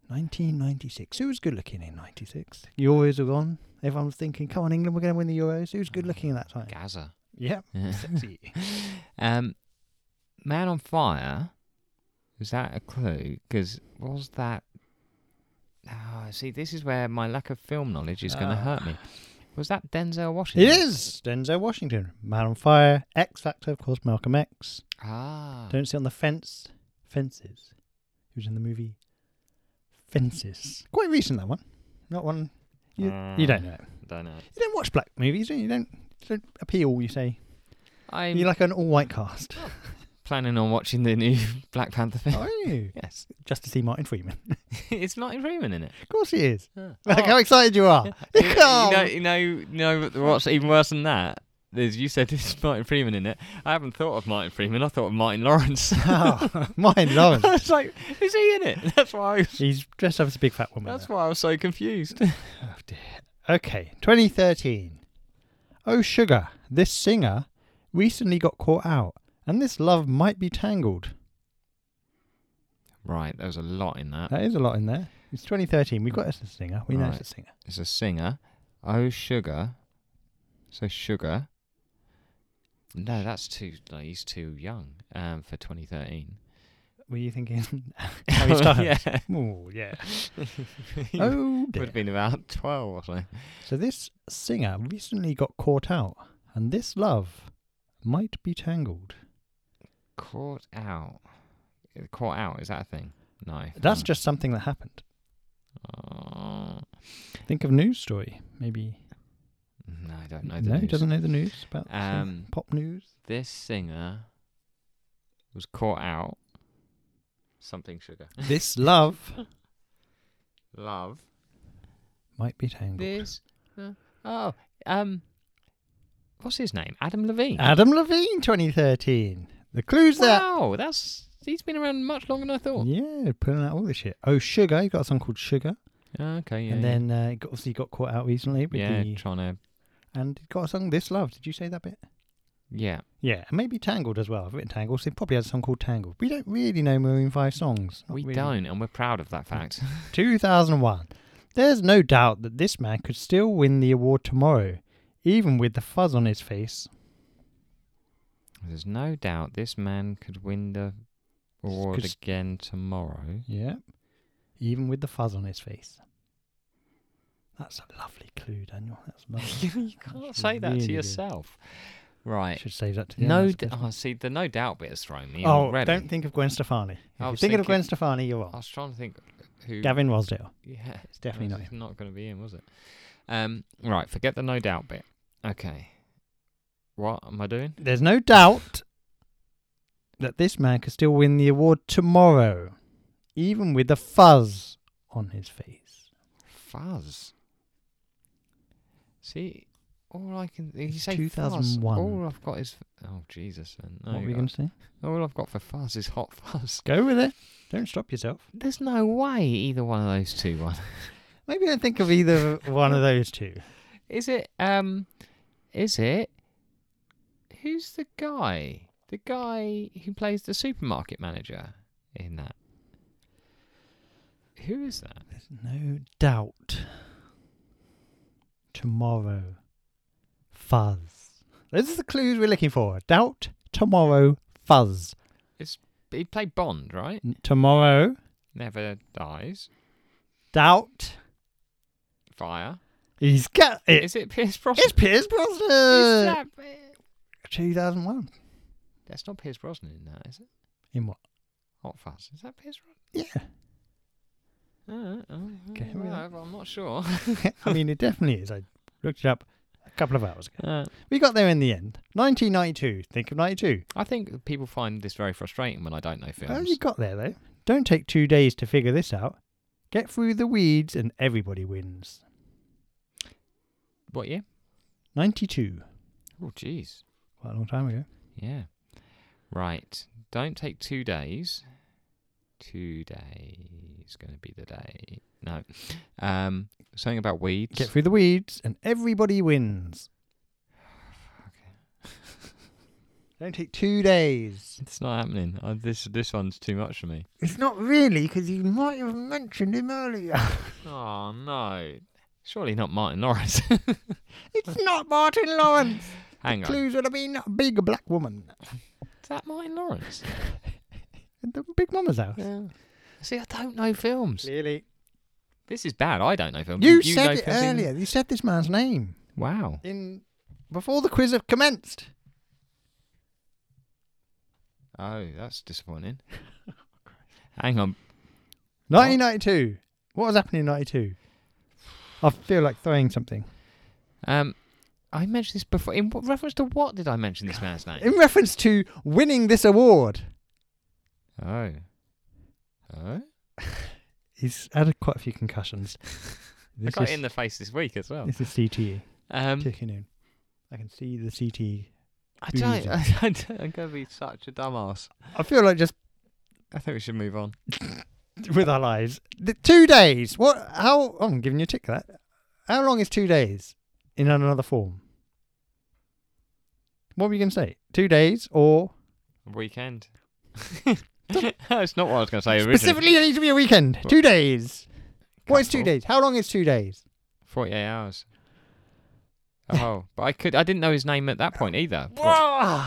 A: 1996. Who was good looking in 96? Euros are gone. Everyone's thinking, come on, England, we're going to win the Euros. Who was good looking at that time?
B: Gaza.
A: Yeah. Sexy.
B: um, Man on Fire. Was that a clue? Because was that? Oh, see, this is where my lack of film knowledge is going to
A: Ah.
B: hurt me. Was that Denzel
A: It
B: Washington?
A: is Denzel Washington. Man on Fire. X Factor, of course, Malcolm X.
B: Ah.
A: Don't sit on the fence. Fences. He was in the movie Fences. Quite recent, that one. Not one. You, you don't know it.
B: Ah, Don't know.
A: You don't watch black movies, do you? You don't, you don't appeal, you say.
B: I'm
A: You're like an all white cast.
B: planning on watching the new Black Panther film.
A: Are you?
B: Yes,
A: Just to see Martin Freeman.
B: it's Martin Freeman in it.
A: Of course he is.
B: Oh.
A: Ah. Like how excited you are.
B: you,
A: You
B: you
A: can't.
B: know, you know, you know what's even worse than that is you said it's Martin Freeman in it. I haven't thought of Martin Freeman. I thought of Martin Lawrence.
A: Oh, Martin Lawrence.
B: I was like, is he in it? That's why. I was,
A: He's dressed up as a big fat woman.
B: that's why I was so confused.
A: Oh dear. Okay, 2013. Oh sugar, this singer recently got caught out, and this love might be tangled.
B: Right, there was a lot in that.
A: That is a lot in there. It's 2013. We've got it as a singer. We know
B: Right.
A: it's a singer.
B: It's a singer. Oh sugar, so sugar. No, that's too. No, he's too young um, for 2013.
A: Were you thinking Harry Styles?
B: yeah.
A: Oh yeah.
B: He
A: Oh
B: would
A: dear.
B: have been about 12 or so.
A: So this singer recently got caught out, and this love might be tangled.
B: Caught out. Caught out, is that a thing? No.
A: That's
B: Mm.
A: just something that happened.
B: Oh,
A: Think of news story, maybe.
B: no, I don't know. The
A: no, he
B: news.
A: doesn't know the news about the singer?
B: Um,
A: pop news.
B: This singer was caught out. Something sugar.
A: This love
B: Love.
A: might be tangled.
B: This. uh, oh, um. What's his name? Adam Levine.
A: Adam Levine, 2013. The clues there.
B: wow, that's. He's been around much longer than I thought.
A: Yeah, pulling out all this shit. Oh, Sugar. He got a song called Sugar,
B: Okay, yeah.
A: and
B: yeah.
A: then uh, he got, obviously got caught out recently with
B: Yeah,
A: the
B: trying to.
A: and he got a song This Love. Did you say that bit?
B: Yeah.
A: Yeah, and maybe Tangled as well. I've written Tangled, so they probably had a song called Tangled. We don't really know Maroon 5 songs. Not
B: we
A: really.
B: don't, and we're proud of that fact.
A: 2001. There's no doubt that this man could still win the award tomorrow, even with the fuzz on his face.
B: There's no doubt this man could win the award
A: Could s-
B: again tomorrow.
A: Yeah. Even with the fuzz on his face. That's a lovely clue, Daniel. That's lovely.
B: you can't
A: That's
B: say that
A: really
B: to
A: good.
B: yourself. Right.
A: Should save that to the
B: No,
A: end.
B: d-
A: That's
B: oh, see, the no doubt bit has thrown me
A: good. Oh,
B: already.
A: don't think of Gwen Stefani. If
B: I
A: you're
B: was
A: thinking, of Gwen Stefani, you're
B: I
A: wrong.
B: was trying to think who.
A: Gavin Rosdale.
B: Yeah,
A: It's definitely not
B: It's not going to be him, was it? Um, right, forget the no doubt bit. Okay. What am I doing?
A: There's no doubt that this man could still win the award tomorrow, even with the fuzz on his face.
B: Fuzz. See, all I can you
A: It's
B: say
A: 2001.
B: Fuzz. All I've got is oh Jesus. then. No,
A: what were
B: you
A: you
B: got-
A: going to say?
B: all I've got for fuzz is hot fuzz.
A: Go with it. Don't stop yourself.
B: There's no way either one of those two won.
A: Maybe don't think of either one of those two.
B: Is it? Um, is it? Who's the guy? The guy who plays the supermarket manager in that. Who is that?
A: There's no doubt. Tomorrow. Fuzz. Those are the clues we're looking for. Doubt, tomorrow, fuzz.
B: He played Bond, right?
A: N- Tomorrow,
B: Never dies.
A: doubt.
B: Fire.
A: He's got it.
B: Is it Pierce Brosnan?
A: It's Piers
B: Is
A: Brosnan.
B: that,
A: 2001.
B: that's not Pierce Brosnan in that, is it?
A: In what?
B: Hot Fuzz. Is that Pierce Brosnan?
A: Yeah.
B: Uh, oh,
A: Okay,
B: oh,
A: we-
B: no, but I'm not sure.
A: I mean, it definitely is. I looked it up a couple of hours ago.
B: Uh,
A: We got there in the end. 1992. Think of 92.
B: I think people find this very frustrating when I don't know
A: How
B: films.
A: you got there though? Don't take two days to figure this out. Get through the weeds and everybody wins.
B: What year?
A: Ninety-two.
B: Oh, jeez.
A: Quite a long time ago.
B: Yeah. Right. Don't take two days. Two days going to be the day. No. Um, something about weeds.
A: Get through the weeds and everybody wins. Don't take two days.
B: It's not happening. Uh, this this one's too much for me.
A: It's not really because you might have mentioned him earlier.
B: Oh no! Surely not Martin Lawrence.
A: it's not Martin Lawrence.
B: Hang on. Is
A: Clues would have been a big black woman
B: that Martin Lawrence?
A: in the big mama's house.
B: yeah. See, I don't know films.
A: Clearly,
B: This is bad. I don't know films.
A: you, said
B: know
A: it
B: films in-
A: earlier. You said this man's name
B: Wow.
A: in before the quiz have commenced.
B: Oh, that's disappointing.
A: Oh,
B: Hang on.
A: 1992. What was happening in 92? I feel like throwing something.
B: Um, I mentioned this before. In what reference to what did I mention this man's name?
A: In reference to winning this award,
B: Oh. Oh.
A: he's had a- quite a few concussions.
B: I
A: This
B: got
A: is,
B: it in the face this week as well.
A: this is CTE
B: Um,
A: kicking in. I can see the E. CTE.
B: I don't.
A: boozing.
B: I, don't I'm going to be such a dumbass.
A: I feel like just
B: I think we should move on.
A: with our lives. The two days. What? How? oh, I'm giving you a tick for that. How long is two days in another form? What were you going to say? Two days or
B: Weekend. That's not what I was going to say originally.
A: specifically? It needs to be a weekend. Two days. What is two
B: Couple.
A: days? How long is two days?
B: Forty-eight hours. Oh, but I could. I didn't know his name at that point either.
A: Whoa.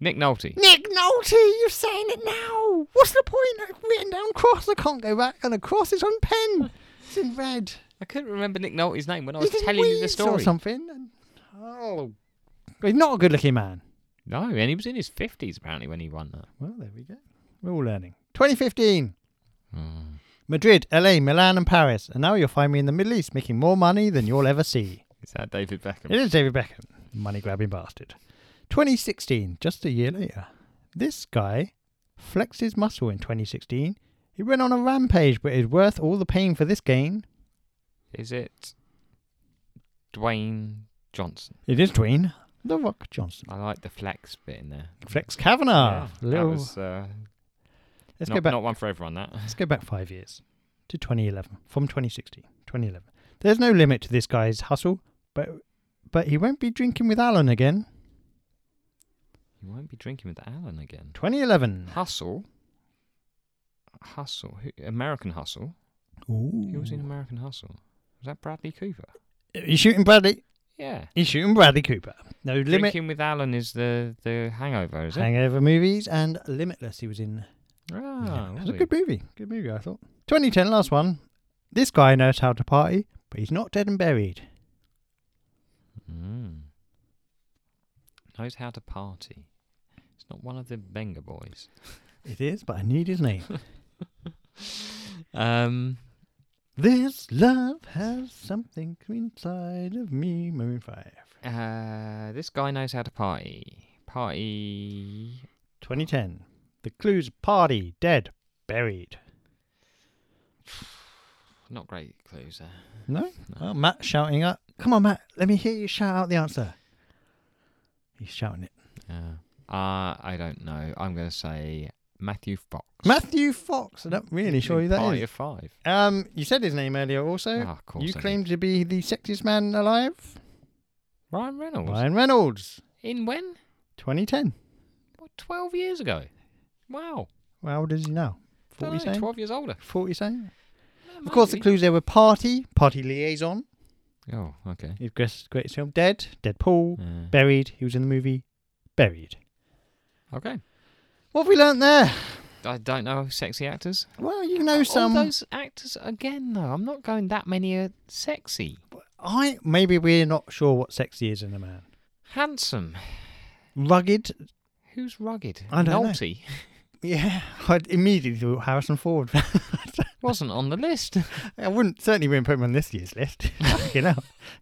B: Nick Nolte.
A: Nick Nolte, you're saying it now. What's the point? I've written down cross. I can't go back, and the cross is on pen. It's in red.
B: I couldn't remember Nick Nolte's name when I was
A: He's in
B: telling you the
A: weeds or
B: story.
A: something. And, oh, he's not a good-looking man.
B: No, and he was in his fifties apparently when he won that.
A: Well, there we go. We're all learning. 2015.
B: Mm.
A: Hmm. Madrid, LA, Milan, and Paris. And now you'll find me in the Middle East making more money than you'll ever see.
B: Is that David Beckham?
A: It is David Beckham, money grabbing bastard. 2016, just a year later. This guy flexed his muscle in 2016. He went on a rampage, but is worth all the pain for this gain.
B: Is it Dwayne Johnson?
A: It is Dwayne The Rock Johnson.
B: I like the flex bit in there.
A: Flex Kavanaugh.
B: Yeah,
A: Ah, Little-
B: That was uh,
A: let's
B: not,
A: go back.
B: not one for everyone. That
A: Let's go back five years to 2011, from 2016, 2011. There's no limit to this guy's hustle, but but he won't be drinking with Alan again.
B: You won't be drinking with Alan again.
A: 2011.
B: Hustle. Hustle. Who, American Hustle. Who was in
A: Ooh.
B: American Hustle? Was that Bradley Cooper?
A: He's shooting Bradley.
B: Yeah.
A: He's shooting Bradley Cooper. No limit.
B: Drinking with Alan is the, the hangover, is it?
A: Hangover movies and Limitless. He was in.
B: ah,
A: it
B: was
A: was a
B: he?
A: good movie. Good movie, I thought. 2010, last one. This guy knows how to party, but he's not dead and buried.
B: Mm. Knows how to party. It's not one of the Benga boys.
A: It is, but I need his name.
B: Um,
A: this love has something inside of me. Maroon Five.
B: uh, this guy knows how to party. Party.
A: 2010. The clues: party, dead, buried.
B: Not great clues there.
A: No. Oh, Matt shouting up. Come on, Matt. Let me hear you shout out the answer. He's shouting it.
B: Uh, uh, I don't know. I'm going to say Matthew Fox.
A: Matthew Fox. I'm not really
B: He's
A: sure
B: in
A: who that
B: Party
A: is.
B: of five.
A: Um, you said his name earlier. Also,
B: Ah, of course
A: you
B: I did.
A: claimed to be the sexiest man alive.
B: Ryan Reynolds.
A: Ryan Reynolds,
B: In when?
A: 2010.
B: What, 12 years ago? Wow.
A: How old is he now?
B: Don't
A: 40
B: know,
A: saying?
B: 12 years older.
A: 40 saying?
B: Yeah,
A: Of course, the
B: maybe.
A: clues there were party, party liaison.
B: Oh, okay.
A: His greatest, greatest film, Dead, Dead Paul,
B: Uh,
A: Buried. He was in the movie Buried.
B: okay.
A: What have we learnt there?
B: I don't know sexy actors.
A: Well, you know some.
B: All those actors again, though. I'm not going that many are sexy.
A: I maybe we're not sure what sexy is in a man.
B: Handsome.
A: Rugged.
B: Who's rugged?
A: I don't know.
B: Naughty.
A: Yeah, I'd immediately thought Harrison Ford.
B: Wasn't on the list.
A: I wouldn't certainly wouldn't put him on this year's list. you know,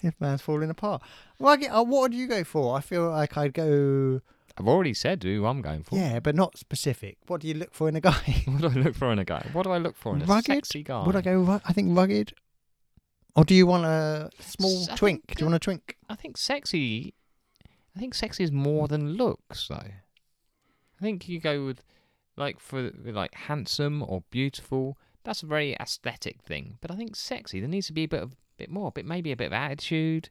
A: if man's falling apart. Rugged. Uh, what would you go for? I feel like I'd go.
B: I've already said who I'm going for.
A: Yeah, but not specific. What do you look for in a guy?
B: What do I look for in a guy? What do I look for in a
A: Rugged?
B: sexy guy?
A: Would I go? ru- I think rugged. Or do you want a small
B: S- I
A: twink?
B: think,
A: Do you want a twink?
B: I think sexy. I think sexy is more than looks, though. I think you go with, like, for like handsome or beautiful. That's a very aesthetic thing. But I think sexy. There needs to be a bit of bit more. Bit maybe a bit of attitude.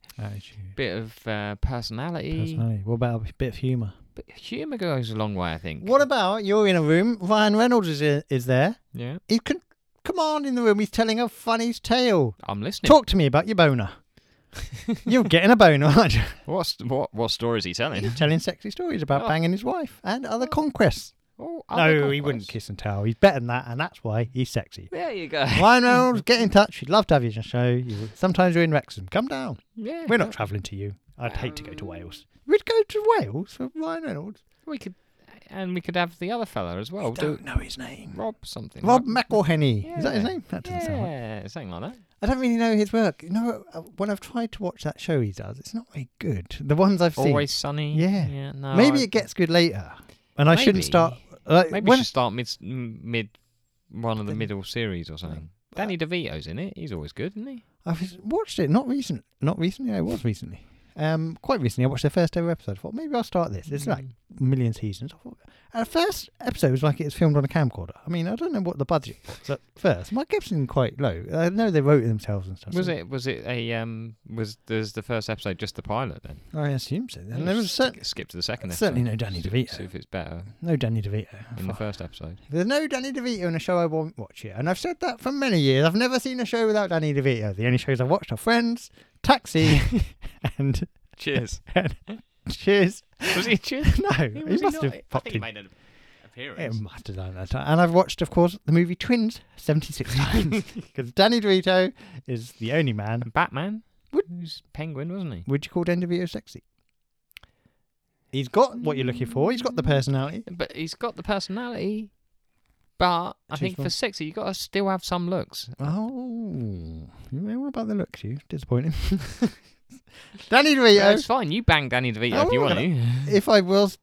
B: Bit of uh, personality.
A: What about a bit of humour?
B: But humour goes a long way, I think.
A: What about you're in a room? Ryan Reynolds is i- is there.
B: yeah,
A: He can come on in the room. He's telling a funny tale.
B: I'm listening.
A: Talk to me about your boner. you're getting a boner, aren't you?
B: What's what? What story is he telling?
A: He's telling sexy stories about
B: Oh.
A: banging his wife and other conquests.
B: Oh,
A: no,
B: other
A: he wouldn't
B: conquests.
A: kiss and tell. He's better than that, and that's why he's sexy.
B: There you go.
A: Ryan Reynolds, get in touch. We'd love to have you on the show. You, sometimes you're in Wrexham. Come down.
B: Yeah, uh,
A: We're not travelling to you. I'd hate to go to
B: Um,
A: Wales. We'd go to Wales for Ryan Reynolds.
B: We could, uh, and we could have the other fella as well. Do
A: know his name.
B: Rob something.
A: Rob McElhenney. Is that his
B: Yeah.
A: name? That doesn't sound right.
B: Yeah, something like that.
A: I don't really know his work. You know, uh, when I've tried to watch that show he does, it's not very good. The ones I've seen.
B: Always sunny.
A: Yeah.
B: yeah. No,
A: Maybe
B: I-
A: it gets good later. And I shouldn't
B: Maybe.
A: start. Uh,
B: Maybe we
A: when-
B: should start mid mid one of the
A: Then-
B: middle series or something. Danny DeVito's in it. He's always good, isn't he?
A: I've watched it, not recent, not recently. I was recently, um, quite recently. I watched the first ever episode. I thought maybe I'll start this.
B: Hmm.
A: It's like
B: Mm.
A: a million seasons. I thought, and the first episode was like it was filmed on a camcorder. I mean, I don't know what the budget was at first. Mike Gibson quite low. I know they wrote it themselves and stuff.
B: Was
A: so-
B: it? Was it a um? Was there's the first episode just the pilot then?
A: I assume so.
B: Let's
A: And there was
B: just
A: cer-
B: skip- skip to the second.
A: certainly
B: episode.
A: no Danny
B: See-
A: DeVito.
B: See if it's better
A: no Danny DeVito.
B: in the
A: Fuck.
B: first episode.
A: If There's no Danny DeVito in a show I won't watch it, and I've said that for many years. I've never seen a show without Danny DeVito. The only shows I've watched are Friends, Taxi, and
B: Cheers.
A: Cheers.
B: was he a cheers?
A: No, he,
B: Was
A: must
B: not?
A: have popped in.
B: an
A: It
B: appearance.
A: must have done that time. And I've watched, of course, the movie Twins 76 times because Danny DeVito is the only man.
B: And Batman.
A: Would-
B: Who's Penguin, wasn't he?
A: Would you call Danny DeVito sexy? He's got what you're looking for. He's got the personality.
B: But he's got the personality. But I
A: Choose
B: think for
A: one.
B: sexy, you got to still have some looks.
A: Oh, you know all about the looks. You disappointing. Danny DeVito.
B: It's fine. You bang Danny DeVito
A: I'm
B: if you
A: not
B: want to.
A: if I was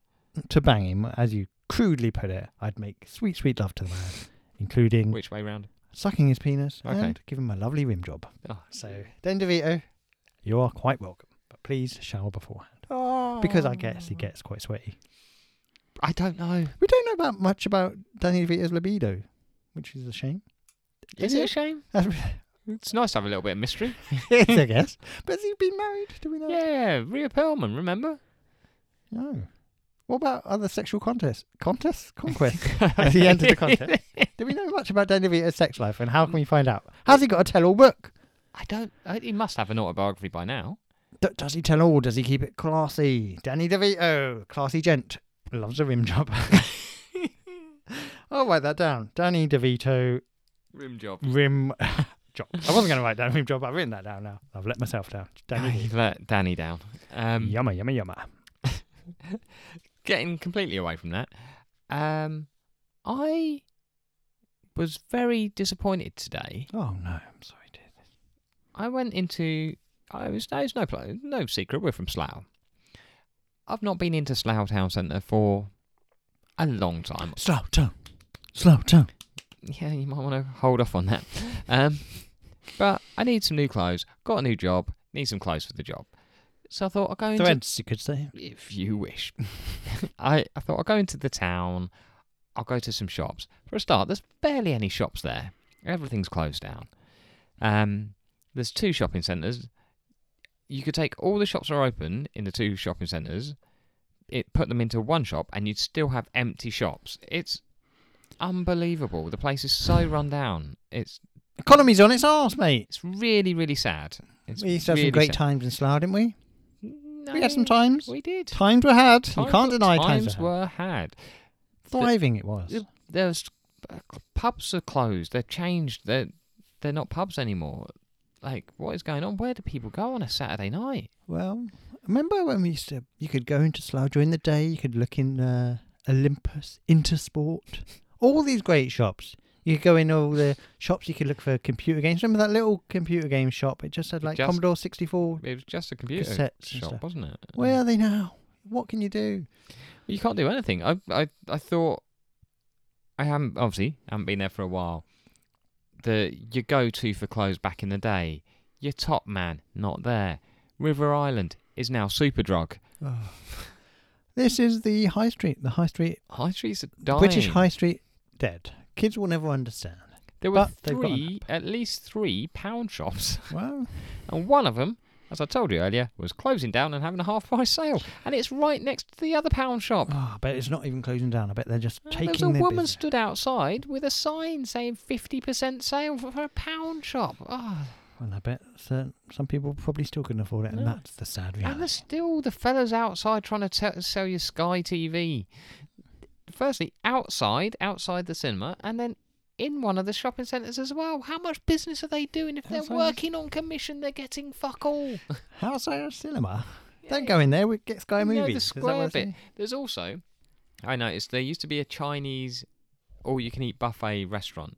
A: to bang him, as you crudely put it, I'd make sweet, sweet love to the man, including
B: Which way round?
A: sucking his penis
B: Okay.
A: and giving him a lovely rim job.
B: Oh.
A: So, Den DeVito, you are quite welcome, but please shower beforehand. Because I guess he gets quite sweaty.
B: I don't know.
A: We don't know about much about Danny DeVito's libido, which is a shame.
B: Is it a shame?
A: That's-
B: It's nice to have a little bit of mystery.
A: it is, I guess. But has he been married? Do we know?
B: yeah, Rhea Perlman, remember?
A: No. What about other sexual contests? Contests? Conquests? Has he entered the contest? Do we know much about Danny DeVito's sex life and how can we find out? Has he got a tell all book?
B: I don't. I, he must have an autobiography by now.
A: D- does he tell all? Does he keep it classy? Danny DeVito, classy gent, loves a rim job. I'll write that down. Danny DeVito,
B: Rim job.
A: rim job. I wasn't going to write down rim job, but I've written that down now. I've let myself down. Danny DeVito.
B: You've let Danny down. Um,
A: Yumma, yumma, yumma.
B: Getting completely away from that. Um, I was very disappointed today.
A: Oh, no. I'm sorry, dear.
B: I went into. I was. There's no pla- no secret. We're from Slough. I've not been into Slough Town Centre for a long time.
A: Slow down. Slow down.
B: Yeah, you might want to hold off on that. Um, but I need some new clothes. Got a new job. Need some clothes for the job. So I thought I'll go into
A: Threads, you could say.
B: if you wish. I, I thought I'll go into the town, I'll go to some shops. For a start, there's barely any shops there. Everything's closed down. Um, there's two shopping centres. You could take all the shops that are open in the two shopping centres, it put them into one shop, and you'd still have empty shops. It's unbelievable. The place is so run down. It's
A: Economy's on its arse, mate.
B: it's really really sad. It's
A: We used to have
B: really
A: some great
B: sad.
A: times in Slough, didn't we?
B: No,
A: We had some times.
B: We did.
A: Times were had. you
B: Times-
A: can't deny times,
B: times
A: were had.
B: were had.
A: Thriving it was.
B: Yeah. there's uh, pubs are closed. They're changed. They're they're not pubs anymore. Like what is going on? Where do people go on a Saturday night?
A: Well, remember when we used to? You could go into Slough during the day. You could look in uh, Olympus, Intersport, all these great shops. You could go in all the shops. You could look for computer games. Remember that little computer game shop? It just had like
B: Just-
A: Commodore sixty four.
B: It was just a computer
A: Cassettes and
B: shop,
A: stuff.
B: wasn't it?
A: Where are they now? What can you do?
B: you can't do anything. I I I thought I haven't obviously haven't been there for a while. The your go to for clothes back in the day, your top man not there. River Island is now Superdrug.
A: Oh. This is the high street. The high street,
B: High streets are dying.
A: British high street, dead. Kids will never understand.
B: There were
A: but they've got an
B: three, at least three pound shops.
A: Well,
B: And one of them, as I told you earlier, was closing down and having a half price sale. And it's right next to the other pound shop.
A: oh, I bet it's not even closing down. I bet they're just
B: And there was a
A: taking their
B: woman
A: business.
B: stood outside with a sign saying 50% sale for for a pound shop. Ah,
A: Well, I bet certain, some people probably still couldn't afford it, and
B: No.
A: that's the sad reality.
B: And there's still the fellas outside trying to te- sell you Sky TV. Firstly, outside, outside the cinema, and then in one of the shopping centres as well. How much business are they doing? If they're
A: Outside the-
B: working on commission, they're getting fuck all.
A: Outside of cinema? Don't go in there. We get Sky
B: You know, the
A: Movies. Is that what
B: square
A: I say?
B: bit. There's also, I noticed there used to be a Chinese all-you-can-eat buffet restaurant,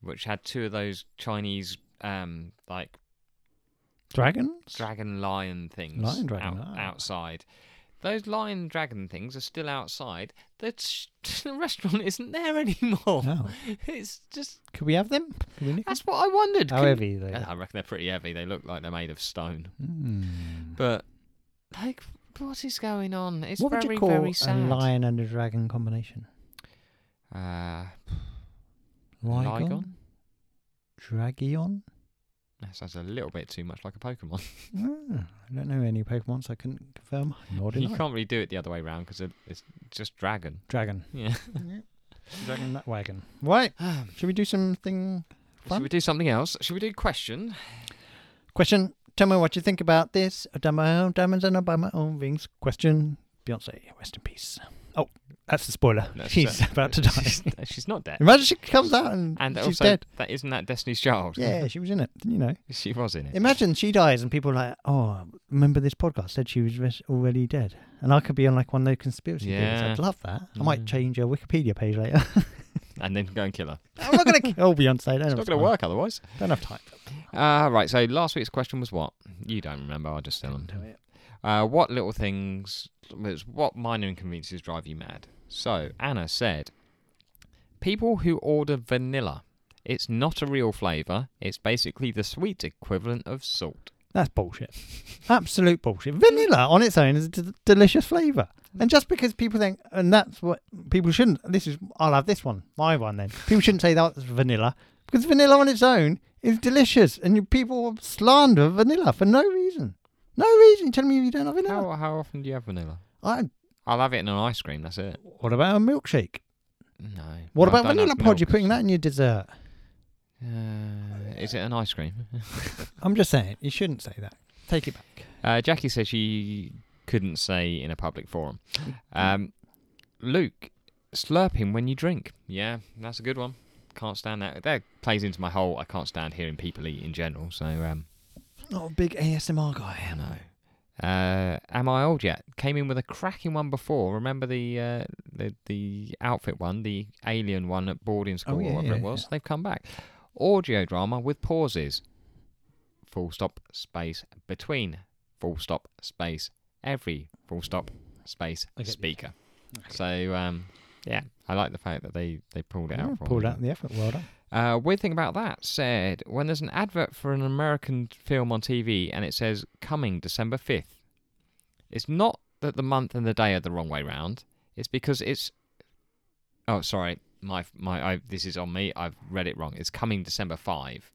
B: which had two of those Chinese um like
A: Dragons.
B: dragon lion things
A: Lion dragon,
B: out-
A: ah.
B: outside. Those lion dragon things are still outside. The, ch- the restaurant isn't there anymore.
A: No.
B: It's just
A: Could we have them? Could we nick them?
B: that's what I wondered. Can-
A: However, you
B: Yeah,
A: though.
B: I reckon they're pretty heavy. They look like they're made of stone.
A: Mm.
B: But like, what is going on? It's
A: What
B: very
A: would you call
B: very
A: a
B: sad.
A: lion and a dragon combination?
B: Uh,
A: Rygon?
B: Ligon?
A: Dragion?
B: That sounds a little bit too much like a Pokemon.
A: Ah, I don't know any Pokemon, so I couldn't confirm. Nor
B: you
A: did I.
B: can't really do it the other way round because it's just dragon.
A: Dragon.
B: Yeah.
A: Dragon that wagon. Right. Should we do something
B: Should
A: Um, fun?
B: we do something else? Should we do question?
A: Question. Tell me what you think about this. I've done my own diamonds and I buy my own rings. Question. Beyonce, rest in peace. Oh, that's the spoiler.
B: That's,
A: She's
B: uh,
A: about to die.
B: She's, she's not dead.
A: Imagine she comes out and,
B: And
A: she's
B: also,
A: dead.
B: that isn't that Destiny's Child.
A: Yeah, she was in it. You know.
B: she was in it.
A: Imagine she dies and people are like, oh, remember this podcast said she was res- already dead, and I could be on like one of those conspiracy theories.
B: Yeah.
A: I'd love that. I might
B: Mm.
A: change her Wikipedia page later.
B: and then go and kill her.
A: I'm not gonna kill Beyonce. Don't
B: It's
A: have time.
B: not going to work otherwise.
A: Don't have time.
B: Uh, right. So last week's question was what? You don't remember. I'll just tell them. Uh, what little things, was- what minor inconveniences drive you mad? So, Anna said, people who order vanilla. It's not a real flavour. It's basically the sweet equivalent of salt.
A: That's bullshit. Absolute bullshit. Vanilla on its own is a d- delicious flavour. And just because people think, and that's what people shouldn't, this is, I'll have this one, my one then. People shouldn't say that's vanilla because vanilla on its own is delicious. And you, people slander vanilla for no reason. No reason. You're telling me you don't have vanilla.
B: How, how often do you have vanilla?
A: I
B: I'll have it in an ice cream. That's it.
A: What about a milkshake?
B: No.
A: What
B: I
A: about
B: don't like
A: vanilla pod? You're
B: milk.
A: putting that in your dessert.
B: Uh, is it an ice cream?
A: I'm just saying, you shouldn't say that. Take it back.
B: Uh, Jackie said she couldn't say in a public forum. Um, Luke, slurping when you drink. Yeah, that's a good one. Can't stand that. That plays into my whole I can't stand hearing people eat in general. So, um,
A: Not a big ASMR guy.
B: I know. Uh, am I old yet? Came in with a cracking one before. Remember the uh, the the outfit one, the alien one at boarding school,
A: Oh, yeah,
B: or whatever it
A: yeah,
B: was. They've come back. Audio drama with pauses. Full stop space between. Full stop space every. Full stop space
A: I get you.
B: speaker. So um, yeah, I like the fact that they they pulled it
A: Yeah,
B: out. for
A: pulled
B: me.
A: out the effort. Well done.
B: Uh, weird thing about that said when there's an advert for an American film on TV and it says coming December 5th, it's not that the month and the day are the wrong way round. It's because it's. Oh, sorry. My, my, I, this is on me. I've read it wrong. It's coming December 5.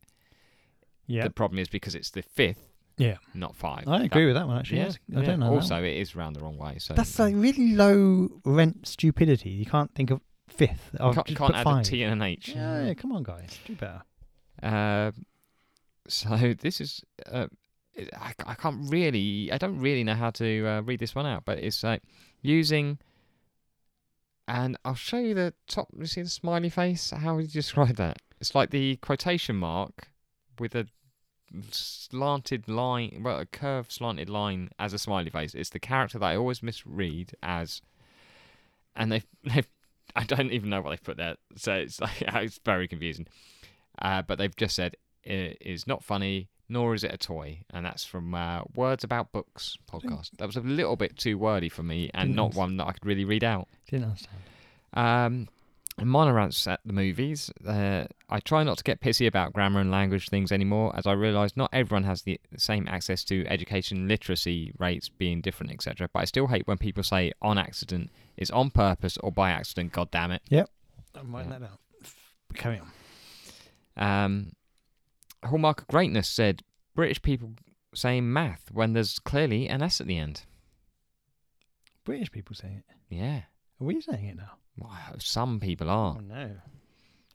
A: Yeah,
B: The problem is because it's the 5th,
A: yeah.
B: not 5.
A: I agree with that one actually.
B: Yeah,
A: yes. I
B: yeah.
A: don't know. that
B: Also, it is round the wrong way. So
A: one. that's like really low rent stupidity. You can't think of fifth. I'll
B: can't,
A: just
B: can't
A: put
B: add
A: five.
B: a T and an H.
A: Yeah, yeah, come on, guys, do better.
B: Uh, so this is uh, it- I, I can't really I don't really know how to uh, read this one out, but it's like using and I'll show you the top. You see the smiley face? How would you describe that? It's like the quotation mark with a slanted line, well, a curved slanted line as a smiley face. It's the character that I always misread as, and they've they've. I don't even know what they put there, so it's like it's very confusing. Uh, but they've just said it is not funny, nor is it a toy, and that's from uh, Words About Books podcast. That was a little bit too wordy for me, and
A: Didn't
B: not
A: understand.
B: one that I could really read out.
A: Didn't understand.
B: Um, Monorants at the movies. Uh, I try not to get pissy about grammar and language things anymore, as I realise not everyone has the same access to education, literacy rates being different, etc. But I still hate when people say on accident, it's on purpose or by accident. God damn it.
A: I'm writing
B: Yeah.
A: that down. Carry on.
B: Um, Hallmark of Greatness said British people saying math when there's clearly an S at the end.
A: British people saying it.
B: Yeah.
A: Are we saying it now?
B: Wow, some people are.
A: Oh, no.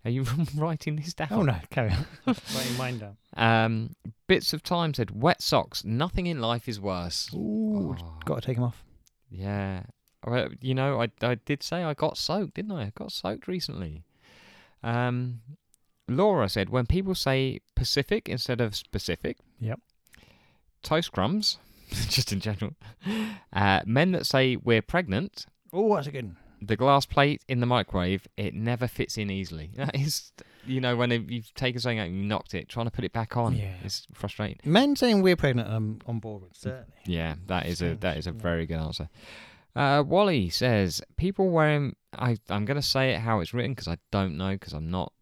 B: Are you writing this down?
A: Oh no. Carry on. writing mine down.
B: Um, Bits of Time said, wet socks, nothing in life is worse.
A: Ooh,
B: Oh,
A: got to take them off.
B: Yeah. Well, you know, I, I did say I got soaked, didn't I? I got soaked recently. Um, Laura said, when people say Pacific instead of specific.
A: Yep.
B: Toast crumbs, just in general. Uh, men that say we're pregnant.
A: Oh, that's a good one.
B: The glass plate in the microwave, it never fits in easily. That is, you know, when you've taken something out and you knocked it, trying to put it back on.
A: Yeah.
B: It's frustrating.
A: Men saying we're pregnant, I'm on board with certainly.
B: Yeah, that is a
A: Sounds
B: that is a
A: familiar.
B: very good answer. Uh, Wally says people wearing. I I'm gonna say it how it's written because I don't know because I'm not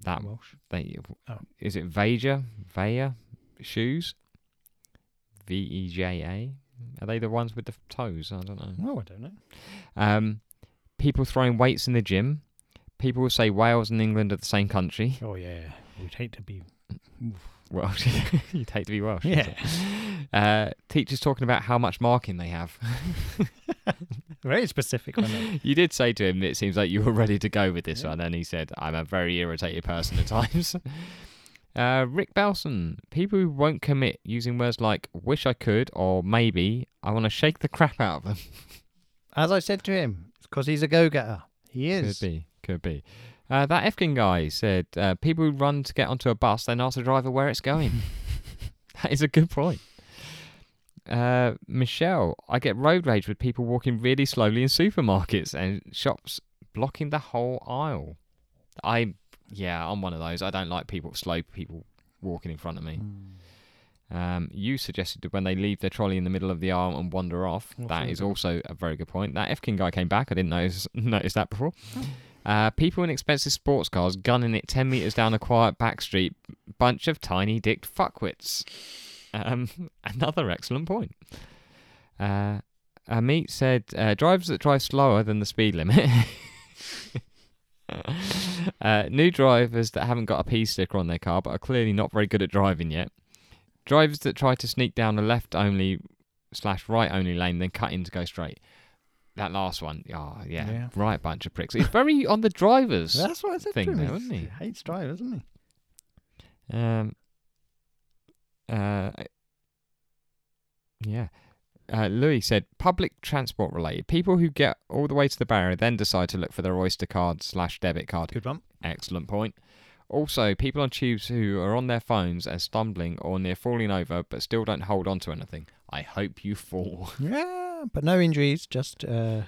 B: that.
A: Welsh.
B: They,
A: Oh.
B: Is it Vaja Vaja shoes? V E J A. Are they the ones with the toes? I don't know.
A: No, I don't know.
B: Um, people throwing weights in the gym. People will say Wales and England are the same country.
A: Oh yeah, we'd hate to be.
B: Welsh. You'd hate to be Welsh.
A: Yeah.
B: Uh, teachers talking about how much marking they have.
A: Very specific. One, though.
B: You did say to him, it seems like you were ready to go with this
A: Yeah.
B: one, and he said, I'm a very irritated person at times. Uh, Rick Belson, people who won't commit using words like wish I could or maybe, I want to shake the crap out of them.
A: As I said to him, it's because he's a go-getter. He is.
B: Could be, could be. Uh, that Efkin guy said, uh, people who run to get onto a bus, then ask the driver where it's going. that is a good point. Uh, Michelle, I get road rage with people walking really slowly in supermarkets and shops blocking the whole aisle. I, yeah, I'm one of those. I don't like people, slow people walking in front of me.
A: Mm.
B: Um, you suggested that when they leave their trolley in the middle of the aisle and wander off.
A: Well,
B: that
A: fair
B: is
A: enough.
B: also a very good point. That Efkin guy came back. I didn't notice, notice that before. Uh, people in expensive sports cars gunning it 10 metres down a quiet back street. Bunch of tiny dicked fuckwits. Um, another excellent point. Uh, Amit said, uh, drivers that drive slower than the speed limit. uh, new drivers that haven't got a P sticker on their car but are clearly not very good at driving yet. Drivers that try to sneak down a left only slash right only lane, then cut in to go straight. that last one, oh, yeah,
A: Yeah.
B: right bunch of pricks. It's very on the drivers.
A: That's what I said
B: thing
A: to him.
B: though,
A: He's-
B: isn't he?
A: hates drivers, isn't he?
B: Um. Uh. Yeah. Uh, Louis said, "Public transport related people who get all the way to the barrier then decide to look for their Oyster card slash debit card.
A: Good one.
B: Excellent point. Also, people on tubes who are on their phones and stumbling or near falling over, but still don't hold on to anything. I hope you fall."
A: Yeah, but no injuries, just uh,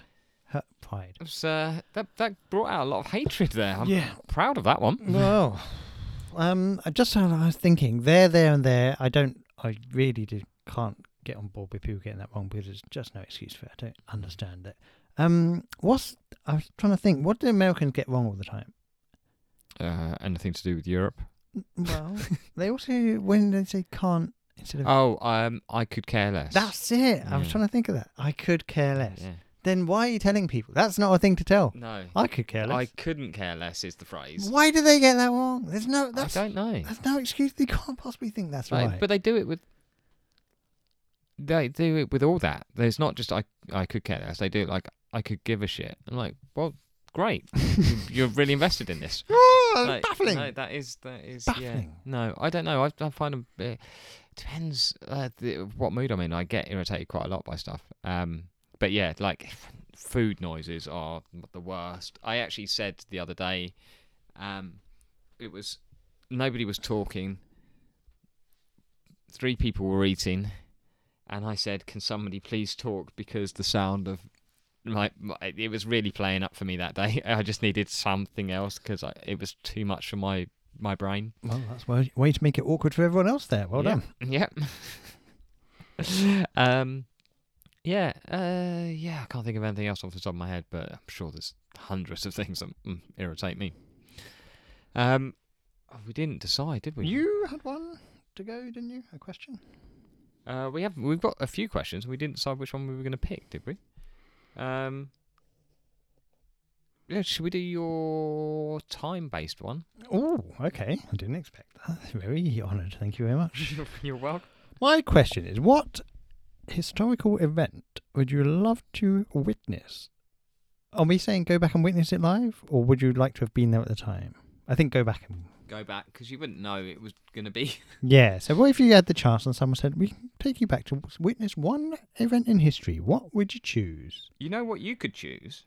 A: hurt pride.
B: So uh, that that brought out a lot of hatred there. I'm
A: yeah.
B: proud of that one.
A: Well, um, I just I was thinking there, there, and there. I don't. I really did, can't get on board with people getting that wrong because there's just no excuse for it. I don't understand it. Um, what's I was trying to think. What do Americans get wrong all the time?
B: Uh, anything to do with Europe?
A: Well, they also when they say can't instead of
B: Oh, um, I could care less.
A: that's it. I was
B: Yeah.
A: trying to think of that. I could care less.
B: Yeah.
A: Then why are you telling people? That's not a thing to tell.
B: No.
A: I could care less.
B: I couldn't care less is the phrase.
A: Why do they get that wrong? There's no. That's,
B: I don't know.
A: There's no excuse. They can't possibly think that's
B: Like,
A: right.
B: But they do it with they do it with all that. There's not just I I could care less. They do it like I could give a shit. I'm like, well, great. You- You're really invested in this.
A: Oh, that's
B: Like,
A: baffling.
B: No, that is that is yeah.
A: Baffling.
B: No, I don't know. I, I find them it depends uh, the, what mood I'm in. I get irritated quite a lot by stuff. Um, but yeah, like food noises are the worst. I actually said the other day, um, it was nobody was talking. Three people were eating, and I said, "Can somebody please talk?" Because the sound of my, my it was really playing up for me that day. I just needed something else because it was too much for my my brain.
A: Well, that's way, way to make it awkward for everyone else there. Well
B: Yeah.
A: done.
B: Yep. um, yeah, uh, yeah. I can't think of anything else off the top of my head, but I'm sure there's hundreds of things that mm, irritate me. Um, oh, we didn't decide, did we?
A: You had one to go, didn't you? A question?
B: Uh, we have we've got a few questions. We didn't decide which one we were going to pick, did we? Um. Yeah, should we do your time-based one?
A: Oh, okay. I didn't expect that. Very honoured. Thank you very much.
B: You're, you're welcome.
A: My question is what historical event would you love to witness? Are we saying go back and witness it live, or would you like to have been there at the time? I think go back and.
B: Go back because you wouldn't know it was going to be.
A: Yeah, so what if you had the chance and someone said, We can take you back to witness one event in history? What would you choose?
B: You know what you could choose.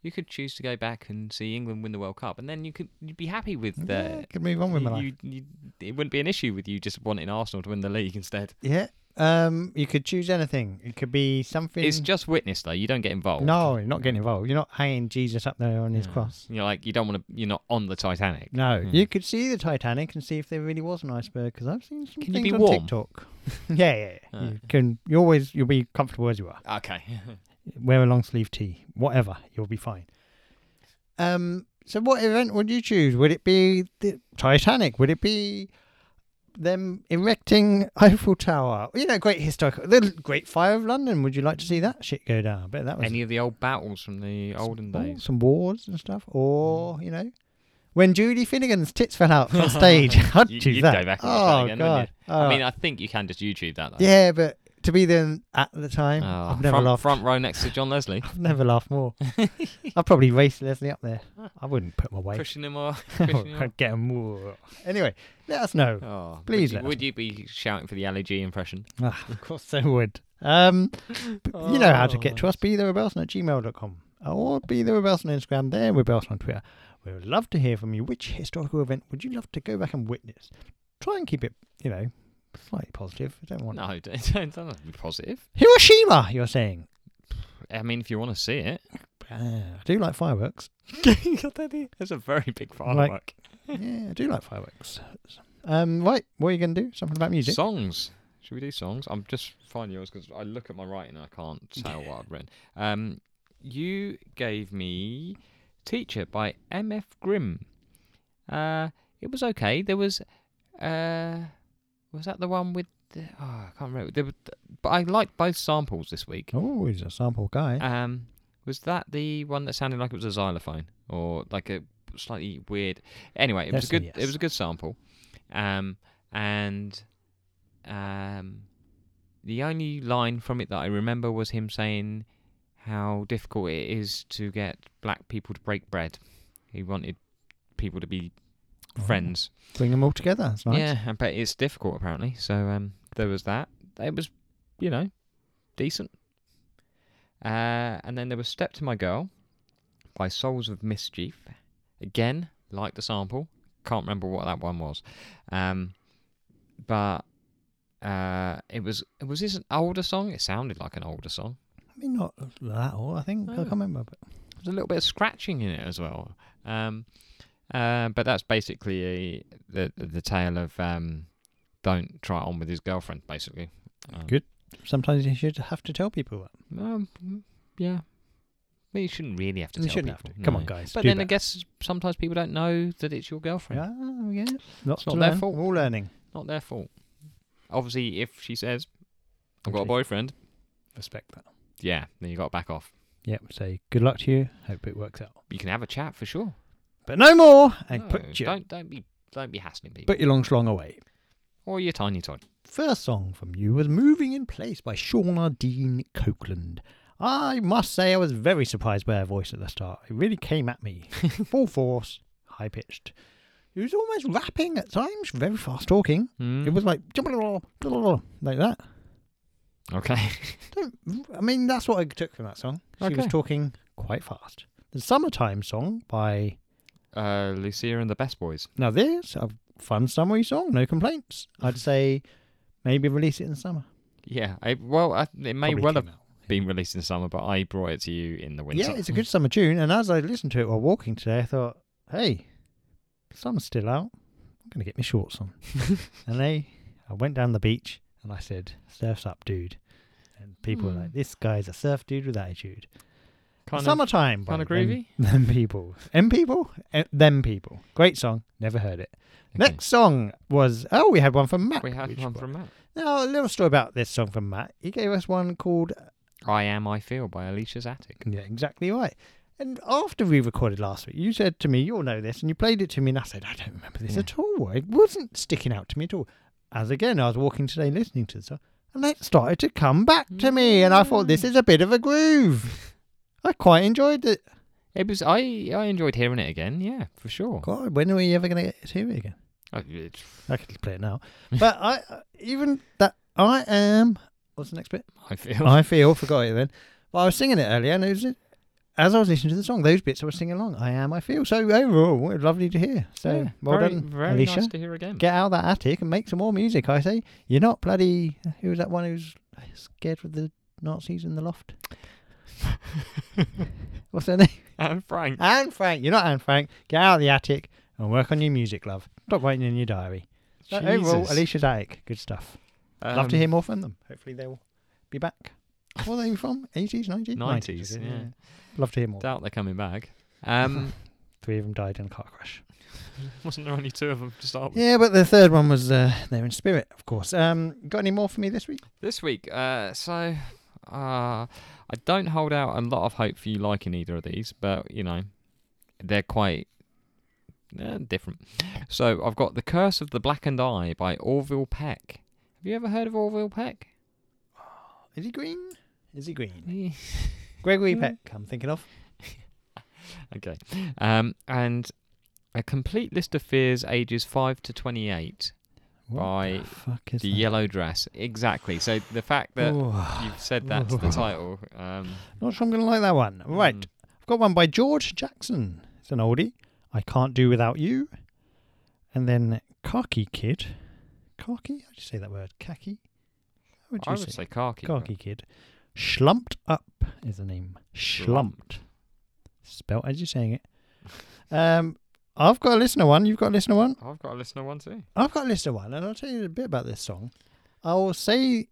B: You could choose to go back and see England win the World Cup, and then you could you'd be happy with
A: yeah,
B: the.
A: could move on with my life.
B: you, you, it wouldn't be an issue with you just wanting Arsenal to win the league instead.
A: Yeah. Um, you could choose anything. It could be something.
B: It's just witness though. You don't get involved.
A: no, you're not getting involved. You're not hanging Jesus up there on his
B: Yeah.
A: cross.
B: You're like you don't want to. You're not on the Titanic.
A: No,
B: Hmm.
A: you could see the Titanic and see if there really was an iceberg because I've seen some
B: Can you
A: things
B: be
A: on
B: warm?
A: TikTok. yeah, yeah. yeah.
B: Oh.
A: You can. You always you'll be comfortable as you are.
B: Okay.
A: Wear a long sleeve tee, whatever. You'll be fine. Um. So, what event would you choose? Would it be the Titanic? Would it be them erecting Eiffel Tower? You know, great historical, the Great Fire of London. Would you like to see that shit go down? I bet that was
B: Any of the old battles from the olden
A: Oh,
B: days. Mm.
A: some wars and stuff, or you know, when Judy Finnegan's tits fell out on stage, I'd
B: You-
A: choose
B: you'd
A: that.
B: go back and watch that
A: oh
B: again,
A: god,
B: wouldn't I
A: Oh,
B: mean, I think you can just YouTube that. Though.
A: yeah, but to be there at the time,
B: Oh,
A: I've never
B: front,
A: laughed.
B: front row next to John Leslie,
A: I've never laughed more. I'd probably race Leslie up there. I wouldn't put my weight.
B: pushing him off.
A: Oh,
B: pushing him off.
A: I'd get him more. Anyway, let us know.
B: Oh, would
A: Please
B: you-
A: let us
B: would you be shouting for the LAG impression?
A: Ah, of course they would. Um, but You know how to get to us. Be the Rebelson at gmail.com or be the Rebelson on Instagram. There, Rebelson on Twitter. We would love to hear from you. Which historical event would you love to go back and witness? Try and keep it, you know, slightly positive. I don't want
B: No, don't, don't, don't be positive.
A: Hiroshima. You're saying.
B: I mean, if you want to see it,
A: Ah, I do like fireworks.
B: that's a very big
A: Like-
B: firework.
A: yeah, I do like fireworks. Um, right, what are you going to do? Something about music?
B: songs. Should we do songs? I'm just finding yours because I look at my writing and I can't tell what I've written. Um, you gave me "Teacher" by M.F. Grimm. Uh, it was okay. There was, uh, was that the one with? The, oh, I can't remember. There was, but I liked both samples this week.
A: Oh, he's a sample guy.
B: Um, was that the one that sounded like it was a xylophone or like a slightly weird? Anyway, it was
A: That's
B: a good.
A: a yes.
B: It was a good sample. Um, and um, the only line from it that I remember was him saying, how difficult it is to get black people to break bread. He wanted people to be
A: Oh.
B: friends.
A: Bring them all together. That's nice.
B: Yeah, I bet it's difficult apparently. So um, there was that. It was, you know, decent. Uh, and then there was "Step to My Girl" by Souls of Mischief. Again, like the sample. Can't remember what that one was. Um, but uh, it was was this an older song? It sounded like an older song.
A: I mean, not that old, I think. I
B: Oh.
A: can't remember. But
B: There's a little bit of scratching in it as well. Um, uh, but that's basically the the tale of um, don't try it on with his girlfriend, basically. Um,
A: Good. sometimes you should have to tell people that.
B: Um, yeah. But you shouldn't really have to.
A: You
B: tell
A: shouldn't
B: people,
A: have to. Come
B: no.
A: on, guys.
B: But
A: do
B: then I
A: better.
B: guess sometimes people don't know that it's your girlfriend.
A: Yeah, yeah. Lots
B: It's not
A: to
B: their
A: learn.
B: fault.
A: We're all learning.
B: Not their fault. Obviously, if she says, "I've got a
A: Okay.
B: boyfriend,"
A: Respect that.
B: yeah, then you got to back off.
A: Yep. So good luck to you. Hope it works out.
B: You can have a chat for sure.
A: But no more. And
B: No,
A: put your
B: don't don't be don't be hassling people.
A: put your long slong away.
B: or your tiny toy.
A: First song from you was "Moving in Place" by Shauna Dean Copeland. I must say, I was very surprised by her voice at the start. It really came at me, full force, high pitched. It was almost rapping at times, very fast talking.
B: Mm-hmm.
A: It was like like that.
B: okay.
A: Don't, I mean, that's what I took from that song. She was
B: Okay.
A: talking quite fast. The summertime song by
B: Uh, Lucia and the Best Boys.
A: now this a fun summery song, no complaints. I'd say maybe release it in the summer.
B: Yeah, I, well, I, it may
A: Probably
B: well have
A: came out.
B: been released in summer, but I brought it to you in the winter.
A: Yeah, it's a good summer tune. And as I listened to it while walking today, I thought, hey, summer's still out. I'm gonna get my shorts on. and they, I went down the beach and I said, "Surf's up, dude." And people were
B: Hmm.
A: like, "This guy's a surf dude with attitude."
B: kind of
A: Summertime. by
B: kind of
A: them-
B: groovy.
A: Them people. M people? Eh, Them people. Great song. Never heard it.
B: Okay.
A: Next song was. Oh, we had one from Matt.
B: we had
A: which
B: one
A: was-
B: from Matt.
A: Now, a little story about this song from Matt. He gave us one called.
B: I Am I Feel by Alicia's Attic.
A: Yeah, exactly right. And after we recorded last week, you said to me, You'll know this. And you played it to me. And I said, I don't remember this
B: Yeah.
A: at all. It wasn't sticking out to me at all. As again, I was walking today listening to the song. And it started to come back to me. And I thought,
B: Hmm.
A: This is a bit of a groove. I quite enjoyed it.
B: It was I I enjoyed hearing it again. Yeah, for sure.
A: God, when are we ever going to get to hear it again?
B: Uh, it's-
A: I could just play it now. But I I- even that I am. What's the next bit?
B: I feel.
A: I feel forgot it then. But I was singing it earlier, and it was as I was listening to the song, those bits I was singing along. I am. I feel. So overall, it was lovely to hear. So
B: yeah,
A: well
B: very,
A: done,
B: very
A: Alicia.
B: nice to hear again.
A: Get out of that attic and make some more music. I say you're not bloody. Who was that one who's scared with the Nazis in the loft? What's her name?
B: and Frank.
A: Anne Frank. You're not Anne Frank. Get out of the attic and work on your music, love. Stop writing in your diary. So overall,
B: Jesus.
A: Alicia's attic. Good stuff. Love to
B: Um,
A: hear more from them. Hopefully they'll be back. Where are they from? 80s, 90s?
B: 90s,
A: I guess,
B: yeah.
A: Love to hear more.
B: Doubt they're coming back. Um,
A: Three of them died in a car crash.
B: wasn't there only two of them to start with?
A: Yeah, but the third one was uh, They're in Spirit, of course. Um, got any more for me this week?
B: This week, uh, so uh, I don't hold out a lot of hope for you liking either of these, but you know, they're quite uh, different. So I've got The Curse of the Blackened Eye by Orville Peck. Have you ever heard of Orville Peck?
A: Is he green? Is he green?
B: Yeah.
A: Gregory
B: Yeah.
A: Peck, I'm thinking of.
B: okay. Um, and A Complete List of Fears Ages 5 to 28
A: What
B: By
A: the fuck is
B: The
A: that?
B: Yellow Dress. Exactly. So the fact that
A: Oh,
B: you've said that's the title. Um,
A: not sure I'm going to like that one. Right.
B: mm.
A: I've got one by George Jackson. It's an oldie. I Can't Do Without You. And then Khaki Kid. Khaki? How do you say that word? Khaki? How would you
B: I would say khaki. but-
A: Khaki Kid. Schlumped Up is the name. Schlumped. Spelt as you're saying it. Um, I've got a listener one. You've got a listener one.
B: I've got a listener one too.
A: I've got a listener one, and I'll tell you a bit about this song. I'll say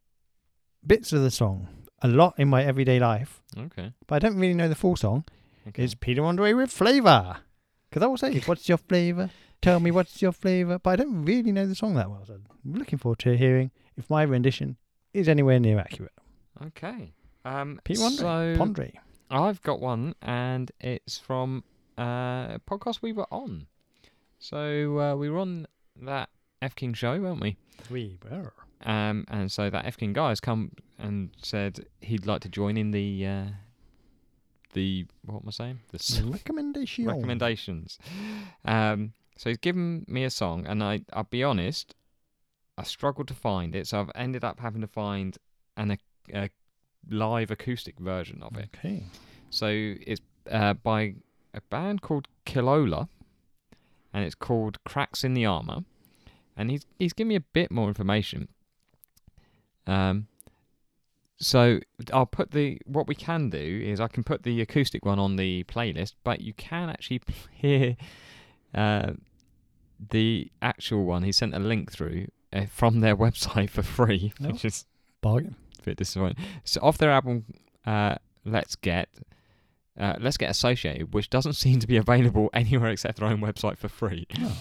A: bits of the song a lot in my everyday life,
B: Okay.
A: but I don't really know the full song.
B: okay.
A: It's Peter Andre with flavour. Because I will say, what's your flavour? Tell me what's your flavour. But I don't really know the song that well, so I'm looking forward to hearing if my rendition is anywhere near accurate.
B: Okay. Um,
A: Peter Andre.
B: so
A: Pondre.
B: I've got one, and it's from uh, a podcast we were on. So uh, we were on that F King show, weren't we?
A: We were.
B: Um, and so that F King guy has come and said he'd like to join in the uh, the what am I saying? The s-
A: Recommendation.
B: recommendations. Um, so he's given me a song, and I I'll be honest, I struggled to find it, so I've ended up having to find an ac- a live acoustic version of it.
A: Okay.
B: So it's uh, by a band called Kilola, and it's called Cracks in the Armor, and he's he's given me a bit more information. Um, so I'll put the what we can do is I can put the acoustic one on the playlist, but you can actually p- hear uh, the actual one. He sent a link through uh, from their website for free,
A: Oh.
B: which is
A: Bargain.
B: bit disappointing. So off their album, uh, let's get. Uh, let's get associated, which doesn't seem to be available anywhere except their own website for free.
A: No, Oh,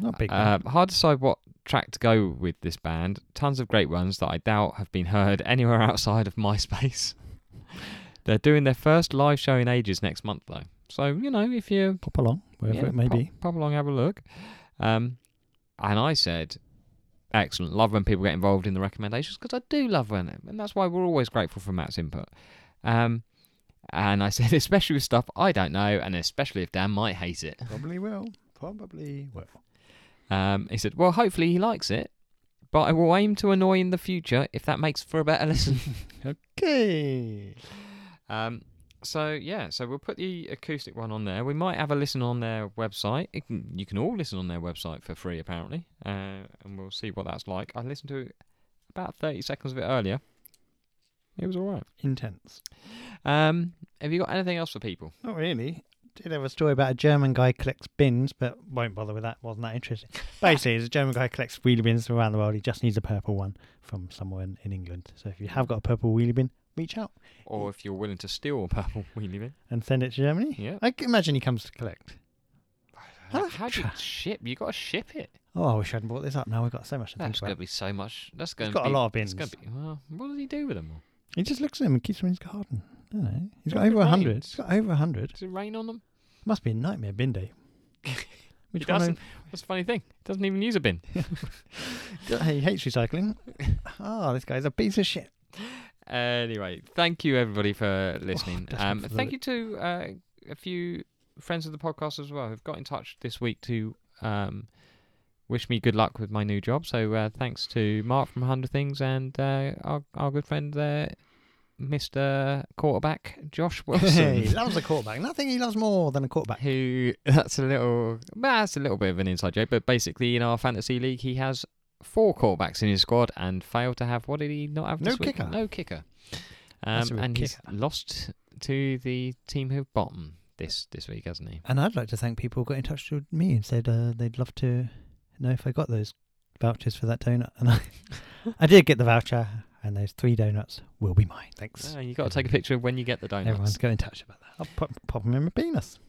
A: not big.
B: Uh, hard to decide what track to go with this band. Tons of great ones that I doubt have been heard anywhere outside of MySpace. They're doing their first live show in ages next month, though. So you know, if you
A: Pop along, wherever
B: yeah,
A: it may
B: pop,
A: be.
B: Pop along, have a look. Um, and I said, excellent. Love when people get involved in the recommendations because I do love when, and that's why we're always grateful for Matt's input. Um, and I said, especially with stuff I don't know, and especially if Dan might hate it.
A: Probably will. Probably will.
B: Um, he said, well, hopefully he likes it, but I will aim to annoy in the future if that makes for a better listen.
A: Okay.
B: Um, so yeah, so we'll put the acoustic one on there. We might have a listen on their website. It can, you can all listen on their website for free, apparently, uh, and we'll see what that's like. I listened to about thirty seconds of it earlier. It was all right.
A: Intense.
B: Um, have you got anything else for people?
A: Not really. Did have a story about a German guy collects bins, but won't bother with that. Wasn't that interesting? Basically, it's a German guy collects wheelie bins from around the world. He just needs a purple one from somewhere in, in England. So if you have got a purple wheelie bin, reach out
B: Or if you're willing to steal a purple wheelie bin?
A: and send it to Germany.
B: Yeah.
A: I can imagine he comes to collect.
B: How, how do you ship? You got to ship it.
A: Oh, I wish I hadn't brought this up. Now we've got so much to think
B: That's going to
A: about.
B: be so much. That's going
A: He's
B: to
A: got
B: be
A: a lot of
B: it's
A: bins.
B: gonna be- well, what does he do with them? all?
A: He just looks at them and keeps them in his garden. I don't know. He's got
B: If it
A: over a hundred.
B: rains.
A: He's got over a hundred.
B: Does it rain on them?
A: Must be a nightmare bin day. Which
B: he
A: one?
B: doesn't. That's a funny thing. Doesn't even use a bin.
A: I- He hates recycling. Ah, this guy's a piece of shit.
B: Anyway, thank you everybody for listening.
A: desperate
B: um,
A: for the-
B: thank you to uh, a few friends of the podcast as well who've got in touch this week to um, wish me good luck with my new job. So uh, thanks to Mark from Hundred Things and uh, our our good friend there, Mister Quarterback Josh
A: Hey, he
B: Wilson.
A: loves a quarterback. Nothing he loves more than a quarterback.
B: Who that's a little well, that's a little bit of an inside joke, but basically in our fantasy league he has four quarterbacks in his squad and failed to have what did he not have
A: No
B: this week?
A: kicker.
B: No kicker.
A: That's a
B: Um,
A: real
B: and he's
A: kicker.
B: lost to the team who bottom this this week, hasn't he?
A: And I'd like to thank people who got in touch with me and said uh, they'd love to know if I got those vouchers for that donut. And I, I did get the voucher, and those three donuts will be mine. Thanks.
B: Uh, you got to take a picture of when you get the donuts.
A: Everyone's got in touch about that. I'll pop, pop them in my penis.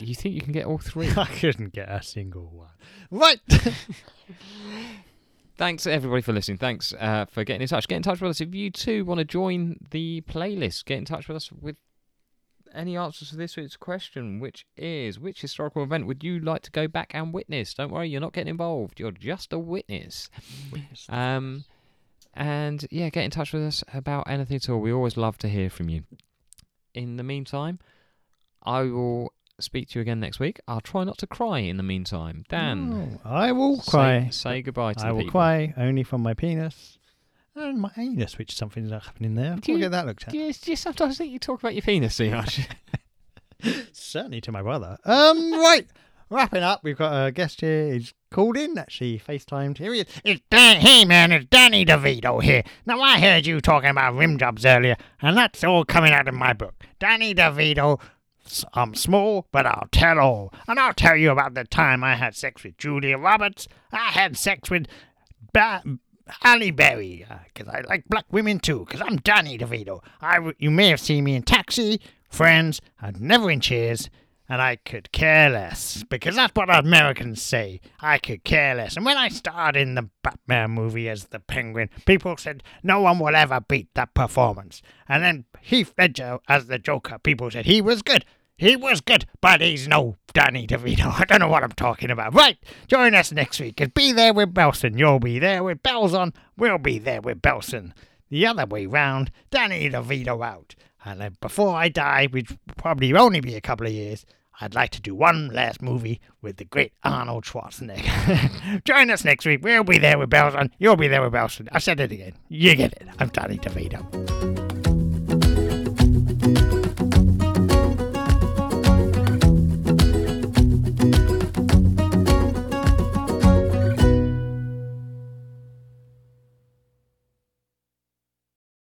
B: You think you can get all three?
A: I couldn't get a single one. Right.
B: Thanks everybody for listening. Thanks uh, for getting in touch. Get in touch with us if you too want to join the playlist. Get in touch with us with any answers to this week's question, which is which historical event would you like to go back and witness? Don't worry, you're not getting involved. You're just a witness. Um, and yeah, get in touch with us about anything at all. We always love to hear from you. In the meantime, I will speak to you again next week. I'll try not to cry in the meantime. Dan,
A: Oh, I will
B: say-
A: cry.
B: Say, goodbye to
A: I
B: the
A: will
B: people.
A: cry only from my penis and my anus, which something's not happening there.
B: Do
A: I'll
B: you-
A: get that looked at.
B: Do you, do you sometimes think you talk about your penis too much?
A: Certainly to my brother. Um, right. Wrapping up, we've got a guest here. He's called in, actually, FaceTimed. Here he is. It's Dan, hey man, it's Danny DeVito here. Now, I heard you talking about rim jobs earlier, and that's all coming out of my book. Danny DeVito, S- I'm small, but I'll tell all. And I'll tell you about the time I had sex with Julia Roberts. I had sex with ba- Halle Berry, because I like black women too, because I'm Danny DeVito. I w- you may have seen me in Taxi, Friends, and Never in Cheers, and I could care less, because that's what Americans say. I could care less. And when I starred in the Batman movie as the Penguin, people said, no one will ever beat that performance. And then Heath Ledger as the Joker, people said, he was good. He was good, but he's no Danny DeVito. I don't know what I'm talking about. Right, join us next week and be there with Belson. You'll be there with bells on. We'll be there with Belson. The other way round, Danny DeVito out. And then before I die, which probably will only be a couple of years, I'd like to do one last movie with the great Arnold Schwarzenegger. Join us next week. We'll be there with Belson. You'll be there with Belson. I said it again. You get it. I'm Danny DeVito.